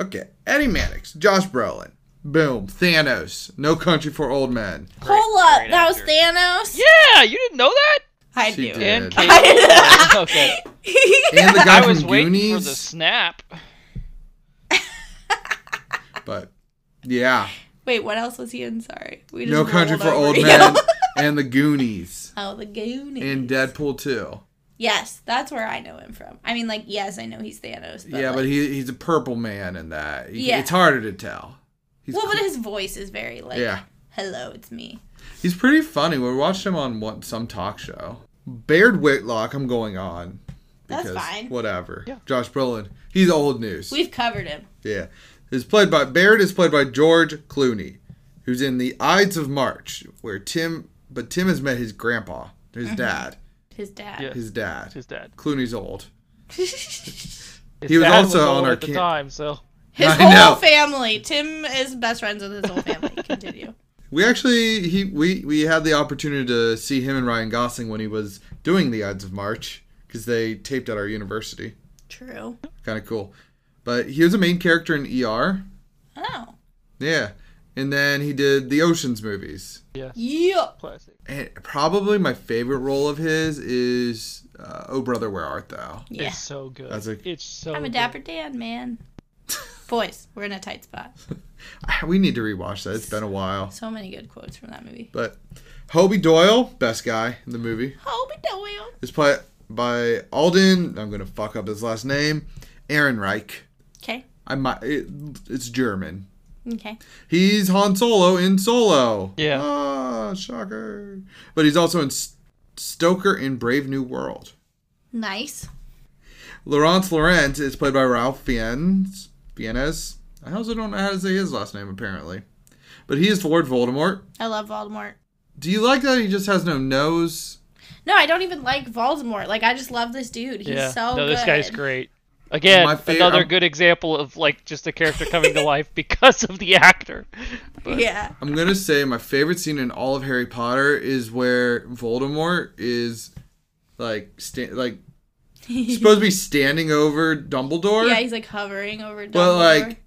A: okay. Eddie Mannix, Josh Brolin, boom, Thanos, No Country for Old Men.
B: Great-
C: Hold up,
B: great
C: that was
B: actor.
C: Thanos.
B: Yeah, you didn't know that.
C: I
A: She
C: knew.
A: did.
B: And
A: I- *laughs*
B: *laughs*
C: *laughs*
B: Kate- okay.
A: And the guy
B: I was
A: from
B: waiting for the
A: Goonies.
B: snap.
A: But yeah,
C: Wait, what else was he in? Sorry, we
A: No
C: rolled
A: Country for
C: over
A: Old
C: you. *laughs*
A: Men and the Goonies
C: oh, the Goonies.
A: and Deadpool too.
C: yes, that's where I know him from. I mean, like, yes, I know he's Thanos. But
A: Yeah,
C: like,
A: but he he's a purple man in that. He-
C: Yeah.
A: It's harder to tell. He's
C: well, but
A: cool.
C: his voice is very like,
A: Yeah.
C: hello, it's me.
A: He's pretty funny. We watched him on one, some talk show. Baird Whitlock, I'm going on.
C: That's fine.
A: Whatever.
B: Yeah.
A: Josh Brolin, he's old news.
C: We've covered him.
A: yeah, is played by Baird is played by George Clooney, who's in the Ides of March, where Tim, but Tim has met his grandpa,
C: Mm-hmm.
A: his dad,
C: His
A: *laughs*
C: dad. *laughs*
B: Yeah.
A: his dad.
B: His dad.
A: Clooney's old.
B: His
A: He was
B: dad
A: also
B: old
A: on our
B: at the
A: camp-
B: time, so
C: His
A: I
C: whole
A: know.
C: family. Tim is best friends with his whole family.
A: *laughs*
C: Continue.
A: We actually he we we had the opportunity to see him and Ryan Gosling when he was doing the Ides of March because they taped at our university.
C: True.
A: kind of cool. But he was a main character in ER.
C: Oh.
A: Yeah. And then he did the Oceans movies.
B: yeah,
C: Yeah.
B: classic.
A: And probably my favorite role of his is uh, Oh Brother, Where Art Thou?
C: Yeah.
B: It's so good.
A: That's a-
B: It's so.
C: I'm a
B: good.
C: dapper Dan,
A: *laughs*
C: man. Boys, we're in a tight spot.
A: We need to rewatch that. It's been a while.
C: So many good quotes from that movie.
A: But Hobie Doyle, best guy in the movie,
C: Hope it don't will.
A: is played by Alden. I'm going to fuck up his last name. Aaron Reich.
C: Okay.
A: I might, it, it's German.
C: Okay.
A: He's Han Solo in Solo.
B: Yeah.
A: Ah, shocker. But he's also in S- Stoker in Brave New World.
C: Nice.
A: Laurence Laurent is played by Ralph Fiennes. Fiennes. I also don't know how to say his last name, apparently. But he is Lord Voldemort.
C: I love Voldemort.
A: Do you like that he just has no nose?
C: No, I don't even like Voldemort. Like I just love this dude. He's
B: Yeah.
C: so
B: no,
C: good.
B: this guy's great. Again,
A: My fa-
B: another
A: I'm-
B: good example of like just a character
A: *laughs*
B: coming to life because of the actor. But
C: *laughs* Yeah.
A: I'm going to say my favorite scene in all of Harry Potter is where Voldemort is like sta- like supposed to be standing over Dumbledore.
C: Yeah, he's like hovering over Dumbledore.
A: But like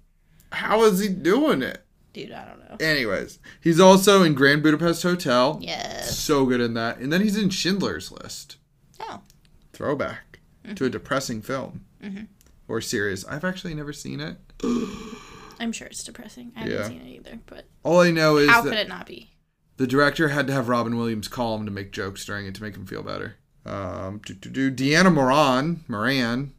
A: how is he doing it?
C: dude, I don't know.
A: Anyways, he's also in Grand Budapest Hotel.
C: Yes.
A: So good in that. And then he's in Schindler's List.
C: Oh.
A: Throwback to a depressing film
C: Mm-hmm.
A: or series. I've actually never seen it.
C: I'm sure it's depressing. I
A: Yeah.
C: haven't seen it either, but
A: All I know is
C: how
A: that
C: could it not be?
A: the director had to have Robin Williams call him to make jokes during it to make him feel better. Um, do, do, do. Deanna Moran, Moran.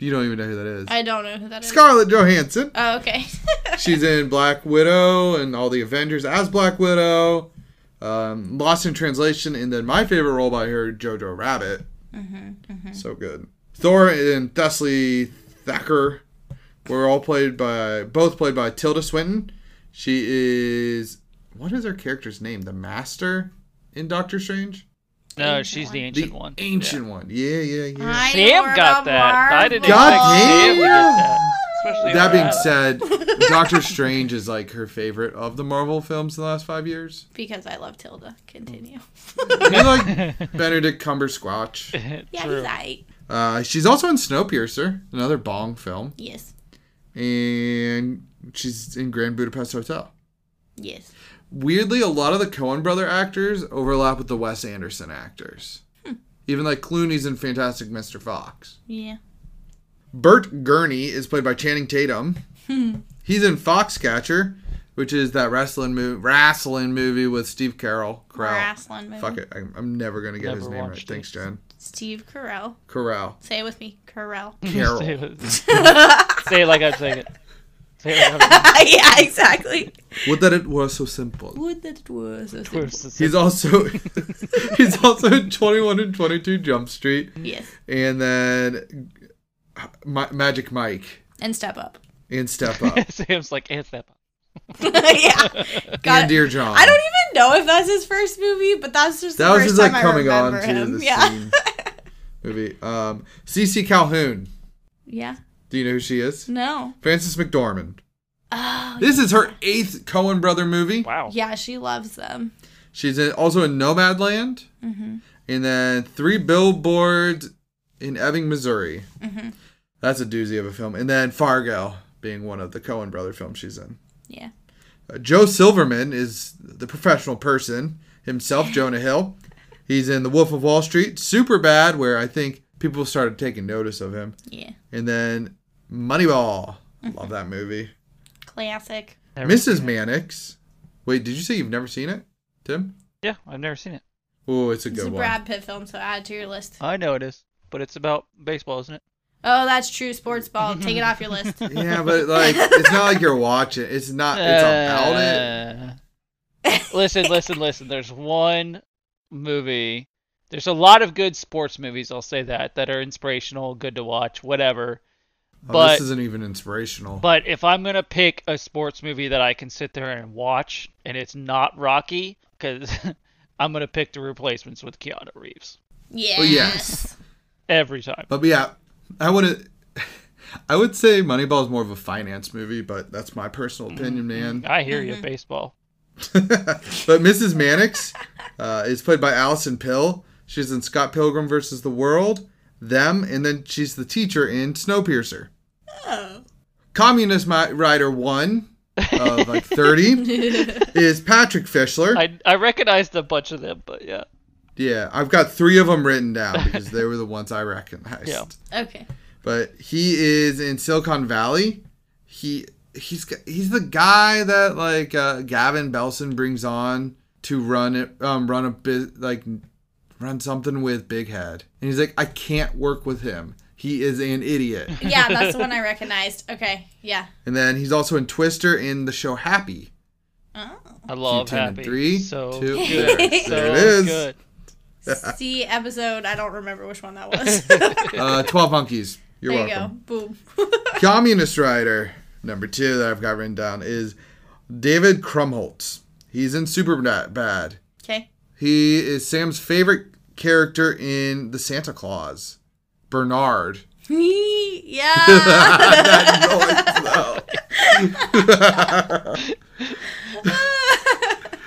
A: You don't even know who that is.
C: I don't know who that is.
A: Scarlett Johansson.
C: Oh, okay. *laughs*
A: She's in Black Widow and all the Avengers as Black Widow. Um, Lost in Translation, and then my favorite role by her, Jojo Rabbit. So good. Thor and Thessaly Thacker were all played by both played by Tilda Swinton. She is what is her character's name? The Master in Doctor Strange,
B: no,
C: Ancient
B: she's
C: one.
B: the ancient
A: the
B: one.
A: ancient one. Yeah, yeah, yeah.
C: I know
B: Sam
C: more
B: got
C: about
B: that. I didn't
A: God
B: expect Sam to
A: damn.
B: get that. Especially
A: That being
B: Adam.
A: said, Doctor Strange is like her favorite of the Marvel films in the last five years.
C: because I love Tilda. Continue.
B: Mm,
A: You
B: *laughs*
A: like Benedict Cumbersquatch.
C: yeah,
B: True.
C: he's aight.
A: Uh, she's also in Snowpiercer, another Bong film,
C: Yes.
A: and she's in Grand Budapest Hotel.
C: Yes.
A: Weirdly, a lot of the Coen brother actors overlap with the Wes Anderson actors. Even like Clooney's in Fantastic Mr. Fox.
C: Yeah.
A: Bert Gurney is played by Channing Tatum. He's in Foxcatcher, which is that wrestling movie, wrestling movie with Steve Carroll. Carell.
C: Wrestling movie.
A: Fuck it, I'm, I'm never gonna get his
B: Never
A: name right.
B: watched it.
A: Thanks, Jen.
C: Steve Carell.
B: *laughs*
A: Carell.
C: Say it with me.
A: *laughs*
C: Carell.
B: Say
A: Carroll.
B: it- *laughs* Say it like I'm saying it. Say it like I'm
C: yeah, exactly.
A: Would that it were so simple.
C: Would that it was
A: *laughs*
C: a simple-
B: saying
A: He's
B: it.
A: also he's also in 21 and 22 Jump Street,
C: Yes.
A: and then uh, Ma- Magic Mike
C: And
A: *laughs*
C: step up. *laughs*
A: and Step Up
B: *laughs* Sam's like, it's that.
C: yeah.
A: and
C: God.
A: Dear John.
C: I don't even know if that's his first movie, but that's just the
A: that was
C: first
A: just like
C: time
A: coming
C: I
A: on
C: remember
A: to
C: him.
A: the
C: Yeah.
A: scene movie. Um, CC Calhoun.
C: *laughs* yeah.
A: Do you know who she is?
C: No.
A: Frances McDormand.
C: Mm. Oh.
A: This is her eighth Cohen brother movie.
B: Wow.
C: Yeah, she loves them.
A: She's in, also in Nomadland, and then Three Billboards in Ebbing, Missouri. That's a doozy of a film. And then Fargo being one of the Cohen brother films she's in.
C: Yeah.
A: Uh, Joe Silverman is the professional person himself, Jonah Hill. He's in The Wolf of Wall Street, Super Bad, where I think people started taking notice of him.
C: Yeah.
A: And then Moneyball. Love that movie.
C: Classic.
B: Never
A: Mrs.
B: seen it.
A: Mannix. Wait, did you say you've never seen it, Tim?
B: Yeah, I've never seen it.
A: Oh, it's a
C: It's
A: good
C: a
A: one.
C: Brad Pitt film, so add to your list.
B: I know it is, but it's about baseball, isn't it?
C: Oh, that's true. Sports ball. Take it off your
A: *laughs*
C: list. *laughs*
A: Yeah, but like it's not like you're watching. It's not. It's about it. Oh,
B: Uh, listen, listen, listen. There's one movie. There's a lot of good sports movies. I'll say that that are inspirational, good to watch, whatever.
A: Oh,
B: but-
A: this isn't even inspirational.
B: But if I'm gonna pick a sports movie that I can sit there and watch, and it's not Rocky, because *laughs* I'm gonna pick the replacements with Keanu Reeves
A: *laughs*
C: Yes.
A: yes.
B: every time.
A: But yeah, I wouldn't. I would say Moneyball is more of a finance movie, but that's my personal opinion, man.
B: I hear
C: Mm-hmm.
B: you, baseball.
A: *laughs* but Mrs. Mannix uh, is played by Allison Pill. She's in Scott Pilgrim versus the World, Them, and then she's the teacher in Snowpiercer.
C: Oh.
A: Communist Mi- Rider 1 of like
B: *laughs*
A: 30 is Patrick Fischler.
B: I I recognized a bunch of them, but yeah.
A: yeah, I've got three of them written down because they were the ones I recognized.
B: Yeah.
C: okay.
A: But he is in Silicon Valley. He he's g- he's the guy that like uh, Gavin Belson brings on to run it um, run a bit like run something with Big Head, and he's like, I can't work with him. He is an idiot.
C: Yeah, that's the one I recognized. Okay.
A: *laughs*
C: Yeah.
A: and then he's also in Twister in the show Happy.
C: Oh.
B: I love
A: ten and
B: Happy.
A: three,
B: so
A: two-
B: good.
C: there,
A: *laughs*
B: so
A: there it is.
B: good.
C: See episode. I don't remember which one that was. *laughs*
A: Uh, Twelve Monkeys. You're
C: there you go.
A: welcome.
C: Boom. *laughs*
A: Communist Rider number two that I've got written down is David Krumholtz. He's in Super Bad.
C: okay.
A: He is Sam's favorite character in The Santa Claus, Bernard.
B: *laughs*
C: yeah.
A: That noise, though. and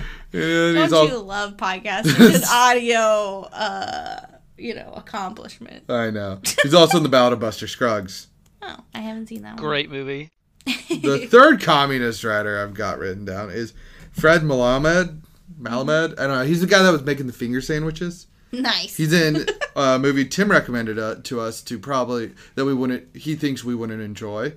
C: Don't
A: he's all,
C: you love podcasts? It's an
B: *laughs*
C: audio, uh, you know, accomplishment.
A: I know. He's also in The Ballad of Buster Scruggs.
C: Oh, I haven't seen that one.
B: Great movie.
C: *laughs*
A: The third communist writer I've got written down is Fred Malamed. Malamed, I don't know. He's the guy that was making the finger sandwiches.
C: Nice.
A: He's in a uh, movie Tim recommended uh, to us to probably that we wouldn't. He thinks we wouldn't enjoy.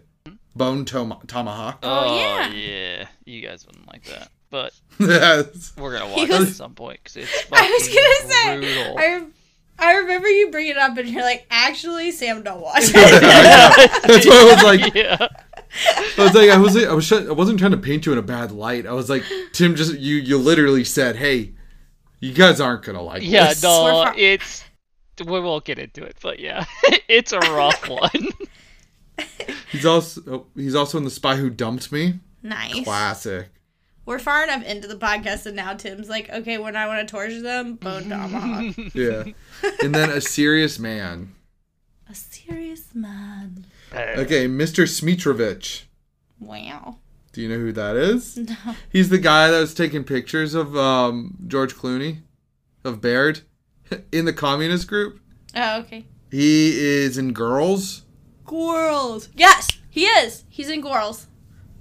A: Bone Tom- Tomahawk.
C: Oh, yeah.
B: yeah. You guys wouldn't like that, but
A: *laughs* That's-
B: we're
C: *laughs*
B: gonna watch it
C: was-
B: at some point because it's
C: *laughs* I was gonna say.
B: fucking brutal.
C: I, rem- I remember you bringing it up, and you're like, actually, Sam, don't
B: *laughs*
C: watch it.
A: That's why I was like,
B: *laughs* yeah.
A: I was like, I was, I was, try- I wasn't trying to paint you in a bad light. I was like, Tim, just you, you literally said, "Hey, you guys aren't gonna like
B: Yeah,
A: this."
B: no,
C: We're fi-
B: it's we won't get into it, but yeah, *laughs* it's
A: *laughs*
B: a rough one.
A: He's also, oh, he's also in the Spy Who Dumped Me.
C: nice. *laughs*
A: Classic.
C: We're far enough into the podcast, and now Tim's like, okay, when I want to torture them,
B: *laughs*
C: bone tomahawk.
A: Yeah. and then a serious man.
C: A serious man.
A: Okay, Mr. Smitrovich.
C: Wow. *laughs* Oh,
A: Do you know who that is?
C: No.
A: He's the guy that was taking pictures of um, George Clooney, of Baird, *laughs* in the communist group.
C: Oh, okay.
A: He is in Girls. *laughs*
C: Gorls. Yes, he is. He's in Gorls.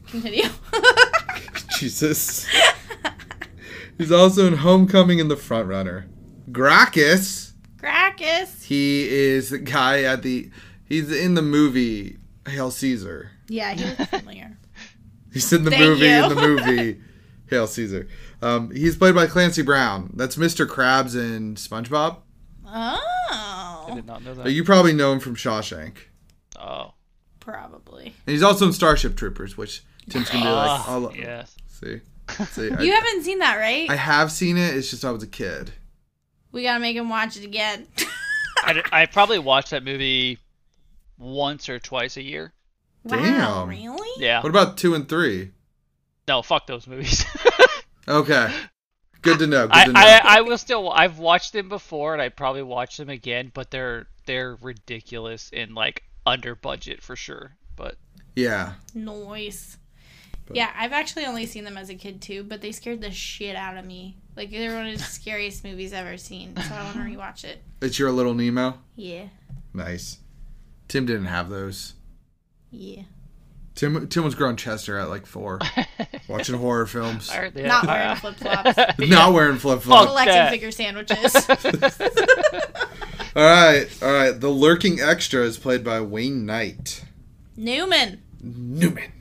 C: Continue. *laughs*
B: *laughs*
A: Jesus. *laughs* He's also in Homecoming and the Front Runner. Gracchus.
C: Gracchus.
A: He is the guy at the. He's in the movie Hail Caesar.
C: Yeah, he looks familiar.
A: He's in the
C: Thank
A: movie in
C: you.
A: the movie Hail Caesar. Um, he's played by Clancy Brown. That's Mr. Krabs in SpongeBob.
B: I
C: *laughs* Oh,
B: did not know
A: But
B: that.
A: you probably know him from Shawshank.
B: Oh,
C: probably.
A: And he's also in Starship Troopers, which Tim's gonna be like,
B: Ah,
A: I'll,
B: yes.
C: *laughs*
A: see, see.
C: You
A: I,
C: haven't seen that, right?
A: I have seen it. It's just I was a kid.
C: we gotta make him watch it again. *laughs*
B: I, d- I probably watch that movie once or twice a year.
C: Wow,
A: Damn.
C: really?
B: Yeah.
A: What about two and three?
B: No, fuck those movies. *laughs*
A: Okay, good to know. Good
B: I,
A: to know.
B: I I will still I've watched them before and I probably watch them again, but they're they're ridiculous and like under budget for sure. But
A: yeah,
C: Noise. Yeah, I've actually only seen them as a kid too, but they scared the shit out of me. Like they're one of the scariest movies I've ever seen, so I want to rewatch it.
A: it's your little Nemo.
C: Yeah,
A: Nice. Tim didn't have those.
C: yeah.
A: Tim Tim was growing Chester at like
B: *laughs*
A: four, watching horror films,
B: I heard they
C: Not
B: had- *laughs*
C: wearing flip flops,
A: not wearing flip flops.
B: Fuck.
C: collecting
B: that.
C: figure sandwiches.
B: *laughs*
A: All right, all right. The lurking extra is played by Wayne Knight
C: Newman.
A: Newman.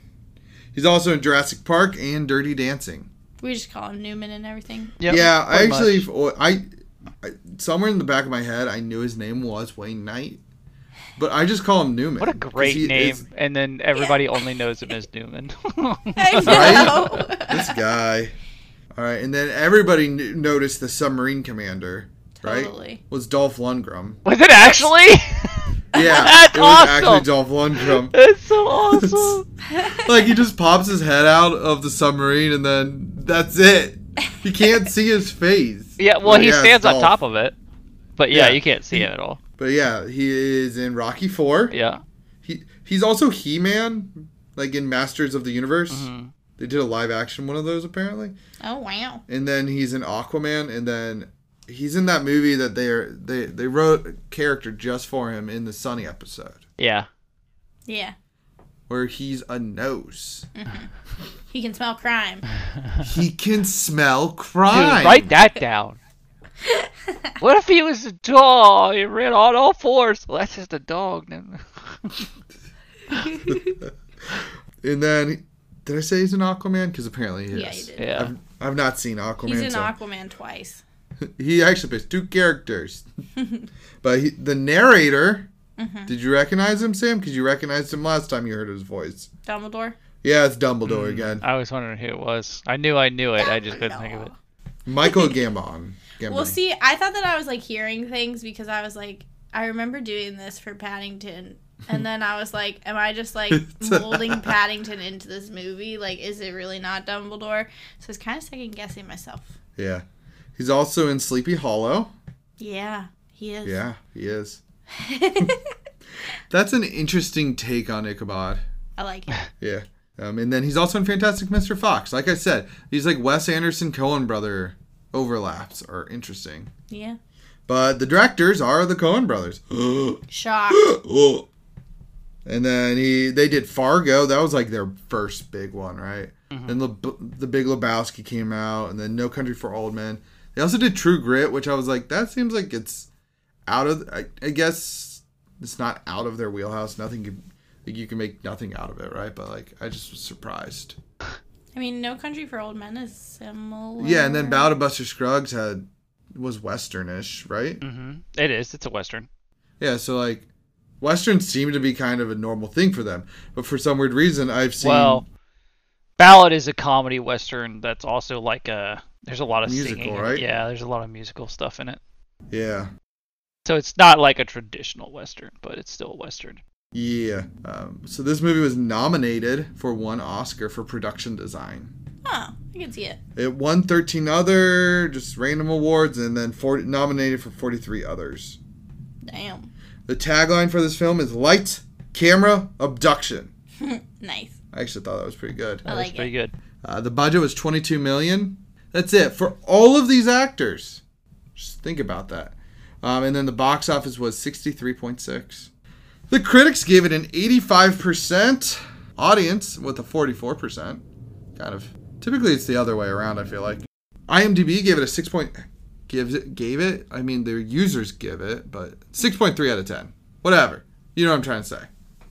A: He's also in Jurassic Park and Dirty Dancing.
C: We just call him Newman
A: *laughs*
C: and everything.
B: Yep,
A: yeah, I
B: pretty
A: actually,
B: much.
A: I, I somewhere in the back of my head, I knew his name was Wayne Knight, But I just call him Newman.
B: What a
A: 'cause
B: great
A: he
B: name.
A: is-
B: And then everybody only knows him as Newman.
C: I know.
A: this guy. All right, and then everybody kn- noticed the submarine commander, right?
C: *laughs* Totally.
A: Was Dolph
B: *laughs*
A: Lundgren.
B: *laughs* Was it actually?
A: Yeah,
B: That's
A: it was
B: awesome.
A: actually Dolph Lundgren.
B: *laughs* That's
A: *laughs*
B: so awesome.
A: like he just pops his head out of the submarine, and then that's it. You can't see his face.
B: *laughs* Yeah, well,
A: But
B: he
A: yeah, it's
B: stands on
A: Dolph.
B: top of it. But yeah,
A: Yeah.
B: you can't see him at all.
A: But yeah, he is in Rocky Four.
B: Yeah.
A: He he's also He Man, like in Masters of the Universe.
C: Mm-hmm.
B: Mm-hmm.
A: They did a live action one of those apparently.
C: oh wow.
A: and then he's in Aquaman, and then he's in that movie that they are they they wrote a character just for him in the Sunny episode
B: Yeah.
C: Yeah.
A: where he's a nose.
C: He can
A: *laughs*
C: smell crime. Mm-hmm.
A: he can smell
B: Dude,
A: crime.
B: write that down. what if he was a dog? He ran on all fours. Well, that's just a dog. then. *laughs*
A: And then did I say he's in Aquaman? Because apparently he is.
C: Yeah, you did.
B: yeah.
A: I've, I've not seen Aquaman.
C: He's in
A: so-
C: Aquaman twice.
A: He actually plays two
C: *laughs*
A: characters, but he, the narrator.
C: Mm-hmm.
A: Did you recognize him, Sam? Because you recognized him last time you heard his voice.
C: Dumbledore.
A: Yeah, it's Dumbledore again.
B: I was wondering who it was. I knew I knew it. I just couldn't think of it.
C: *laughs*
A: Michael Gambon. Gambon.
C: Well, see, I thought that I was like hearing things because I was like, I remember doing this for Paddington. And then I was like, am I
A: *laughs*
C: just like molding Paddington into this movie? Like, is it really not Dumbledore? So I was kind of second guessing myself.
A: Yeah. He's also in Sleepy Hollow.
C: Yeah, he is.
A: Yeah, he is. That's an interesting take on Ichabod.
C: *laughs* I like
B: *laughs*
C: it.
A: Yeah. Um, and then he's also in Fantastic Mr. Fox. Like I said, these like Wes Anderson Cohen brother overlaps are interesting.
C: Yeah.
A: But the directors are the Cohen brothers. *gasps*
C: Shocked.
A: and then he they did Fargo. That was like their first big one, right? Then the the Big Lebowski came out, and then No Country for Old Men. They also did True Grit, which I was like, that seems like it's out of. I, I guess it's not out of their wheelhouse. Nothing could, like you can make nothing out of it, right? But like, I just was surprised.
C: I mean, No Country for Old Men is similar.
A: Yeah, and then Bow to Buster Scruggs had was westernish, right?
B: hmm It is. It's a western.
A: Yeah, so like. Westerns seem to be kind of a normal thing for them, but for some weird reason, I've seen
B: Well, ballad is a comedy western that's also like a. There's a lot of
A: Musical,
B: singing.
A: right?
B: Yeah, there's a lot of musical stuff in it.
A: yeah,
B: So it's not like a traditional western, but it's still a western.
A: Yeah. Um, so this movie was nominated for one Oscar for production design.
C: Oh, I can see it.
A: It won 13 other just random awards and then 40, nominated for 43 others.
C: Damn. *laughs*
A: The tagline for this film is Lights, Camera, Abduction.
C: Nice.
A: I actually thought that was pretty good.
C: I
B: That's
C: like
B: pretty
C: it.
B: good.
A: Uh, the budget was 22 million. That's it for all of these actors. Just think about that. Um, and then the box office was 63.6. The critics gave it an 85%. Audience with a 44%. Kind of. Typically, it's the other way around. I feel like. IMDb gave it a six point. Gives it gave it. I mean, their users give it, but 6.3 out of 10. Whatever. You know what I'm trying to say.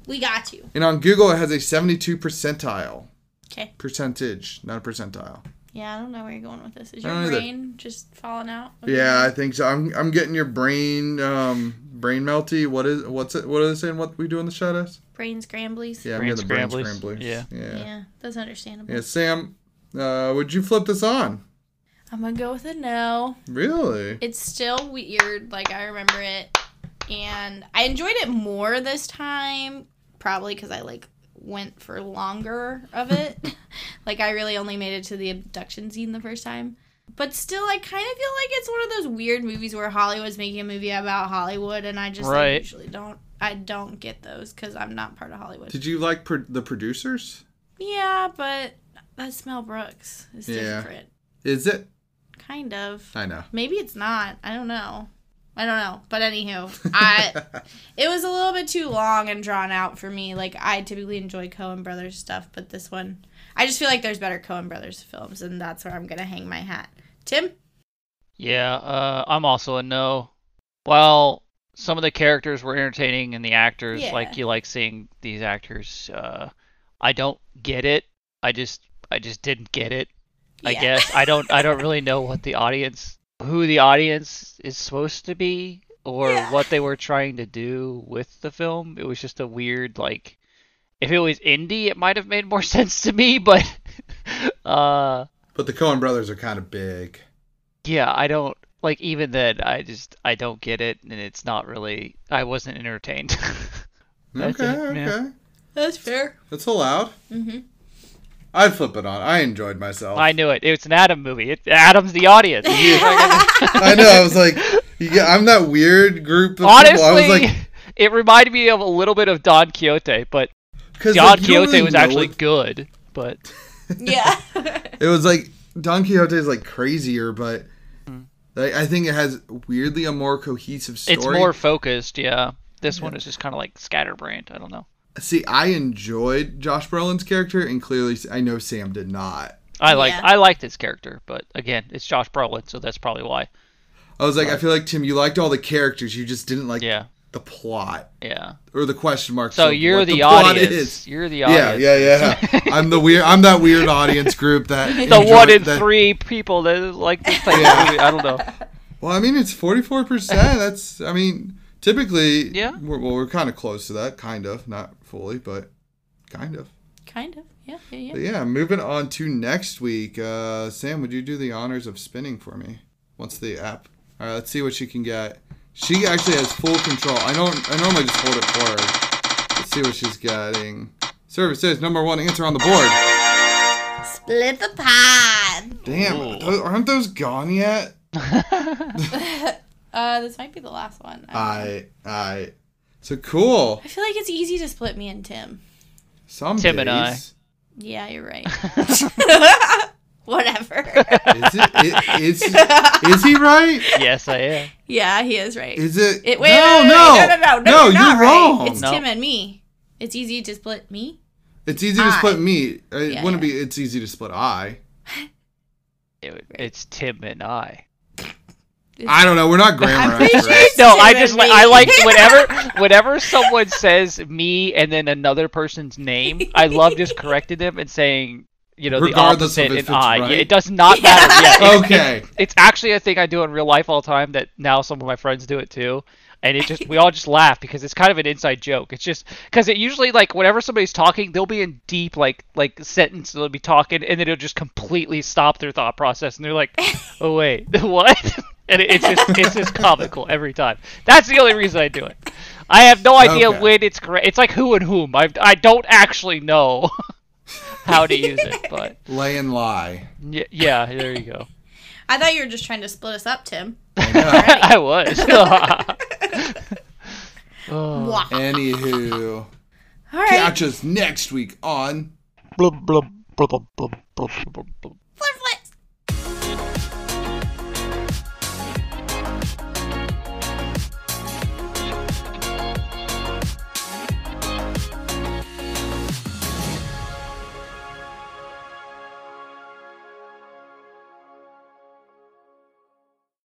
C: We got you.
A: And on Google, it has a 72 percentile
C: Okay.
A: percentage, not a percentile.
C: Yeah, I don't know where you're going with this. Is
A: I
C: your
A: don't either.
C: brain just falling out? of your
A: Yeah, I think so. I'm I'm getting your brain um brain melty. What is what's it? What are they saying? What we do in the shot is?
C: Brain scramblies.
A: Yeah,
B: Brain
A: I'm getting the brain
B: scramblies.
A: scramblers.
B: Yeah.
A: yeah,
C: Yeah,
A: yeah.
C: that's understandable.
A: Sam, uh, would you flip this on?
C: I'm gonna go with a no.
A: Really?
C: It's still weird, like I remember it, and I enjoyed it more this time, probably because I like went for longer of it.
A: *laughs*
C: like I really only made it to the abduction scene the first time. But still, I kind of feel like it's one of those weird movies where Hollywood's making a movie about Hollywood, and I just like,
B: Right.
C: usually don't. I don't get those because I'm not part of Hollywood.
A: Did you like pro- the producers?
C: Yeah, but that's Mel Brooks. It's
A: Yeah.
C: different.
A: Is it?
C: Kind of.
A: I know.
C: Maybe it's not. I don't know. I don't know. But anywho, *laughs* I it was a little bit too long and drawn out for me. Like I typically enjoy Coen Brothers stuff, but this one I just feel like there's better Coen Brothers films and that's where I'm gonna hang my hat. Tim?
B: Yeah, uh, I'm also a no. While some of the characters were entertaining and the actors,
C: Yeah.
B: like you like seeing these actors, uh, I don't get it. I just I just didn't get it. I
C: Yeah. *laughs*
B: guess I don't I don't really know what the audience who the audience is supposed to be or
C: Yeah.
B: what they were trying to do with the film. It was just a weird like if it was indie, it might have made more *laughs* sense to me, but *laughs* uh
A: *laughs* But the Cohen brothers are kind of big.
B: yeah, I don't like even then I just I don't get it and it's not really I wasn't entertained. *laughs* That's
A: okay,
B: it,
A: okay.
B: yeah.
C: That's fair.
A: That's allowed.
C: *laughs* Mm-hmm.
A: I'd flip it on. I enjoyed myself.
B: I knew it. It's an Adam movie. It, Adam's the audience.
A: *laughs* I know. I was like, you get, I'm that weird group of
B: Honestly, *laughs*
A: people. I was like,
B: it reminded me of a little bit of Don Quixote, but
A: because
B: Don Quixote was actually good. But
C: Yeah. *laughs*
A: It was like Don Quixote is like crazier, but like, I think it has weirdly a more cohesive story.
B: Hmm. it's more focused. Yeah, this one is just kind of like scatterbrained. I don't know.
A: See, I enjoyed Josh Brolin's character, and clearly, I know Sam did not.
B: I like
C: Yeah.
B: I liked his character, but again, it's Josh Brolin, so that's probably why.
A: I was like, I feel like Tim, you liked all the characters, you just didn't like
B: Yeah,
A: the plot
B: yeah.
A: or the question marks.
B: So
A: of
B: you're
A: what
B: the,
A: plot
B: audience.
A: is.
B: You're the
A: Yeah,
B: audience.
A: yeah, yeah.
B: *laughs*
A: I'm the weird. I'm that weird audience group that
B: The
A: enjoy-
B: one in
A: that-
B: three people that like this
A: *laughs*
B: type
A: Yeah.
B: of movie. I don't know.
A: Well, I mean, it's 44.
B: *laughs*
A: percent That's. I mean, typically.
B: Yeah.
A: We're, well, we're kind of close to that, kind of, not fully, but kind of.
C: kind of. Yeah. Yeah. Yeah.
A: But yeah, moving on to next week. Uh, Sam, would you do the honors of spinning for me? What's the app? All right, let's see what she can get. She actually has full control. I don't. I normally just hold it for her. Let's see what she's getting. Service says number one answer on the board.
C: Split the pod.
A: Damn,
B: Ooh.
A: tho- aren't those gone yet?
C: uh, this might be the last one. I, don't know.
A: I. I. So cool.
C: I feel like it's easy to split me and Tim.
A: Some
B: Tim
A: days.
B: and I.
C: Yeah, you're right. *laughs* Whatever.
A: Is it? i- Is, is he right?
B: yes, I am.
C: yeah, he is right.
A: Is it?
C: It, wait,
A: no,
C: wait, wait,
A: no,
C: wait, no, no, no, no,
A: you're,
C: you're, not
A: wrong.
C: Right. It's
B: No.
C: Tim and me. It's easy to split me.
A: It's easy to split
C: I.
A: me. It
C: Yeah,
A: wouldn't
C: yeah.
A: be. It's easy to split I.
B: It- it's Tim and I.
A: I don't know. We're not grammar
C: I'm pretty
A: experts.
C: sure-
B: No, I
C: Tim
B: just
C: and
B: li- I
C: me.
B: like whenever whenever someone says me and then another person's name, I love just correcting them and saying you know
A: Regardless of
B: the opposite
A: if
B: and
A: it's
B: I.
A: right.
B: Yeah, it does not matter. Yeah,
A: *laughs*
B: it's-
A: Okay.
B: It's actually a thing I do in real life all the time that now some of my friends do it too. And it just, we all just laugh because it's kind of an inside joke. It's just, because it usually, like, whenever somebody's talking, they'll be in deep, like, like sentence, they'll be talking, and then it'll just completely stop their thought process. And they're like, oh, wait, *laughs* what? And it, it's just, it's just comical every time. That's the only reason I do it. I have no idea
A: Okay.
B: when it's correct. It's like who and whom. I, I don't actually know *laughs* how to use it, but
A: Lay and lie.
B: y- yeah, there you go.
C: I thought you were just trying to split us up, Tim.
B: *laughs* I was. oh.
C: Wah.
A: Anywho,
C: All right.
A: catch us next week on.
B: Blub, blub, blub, blub, blub, blub, blub, blub.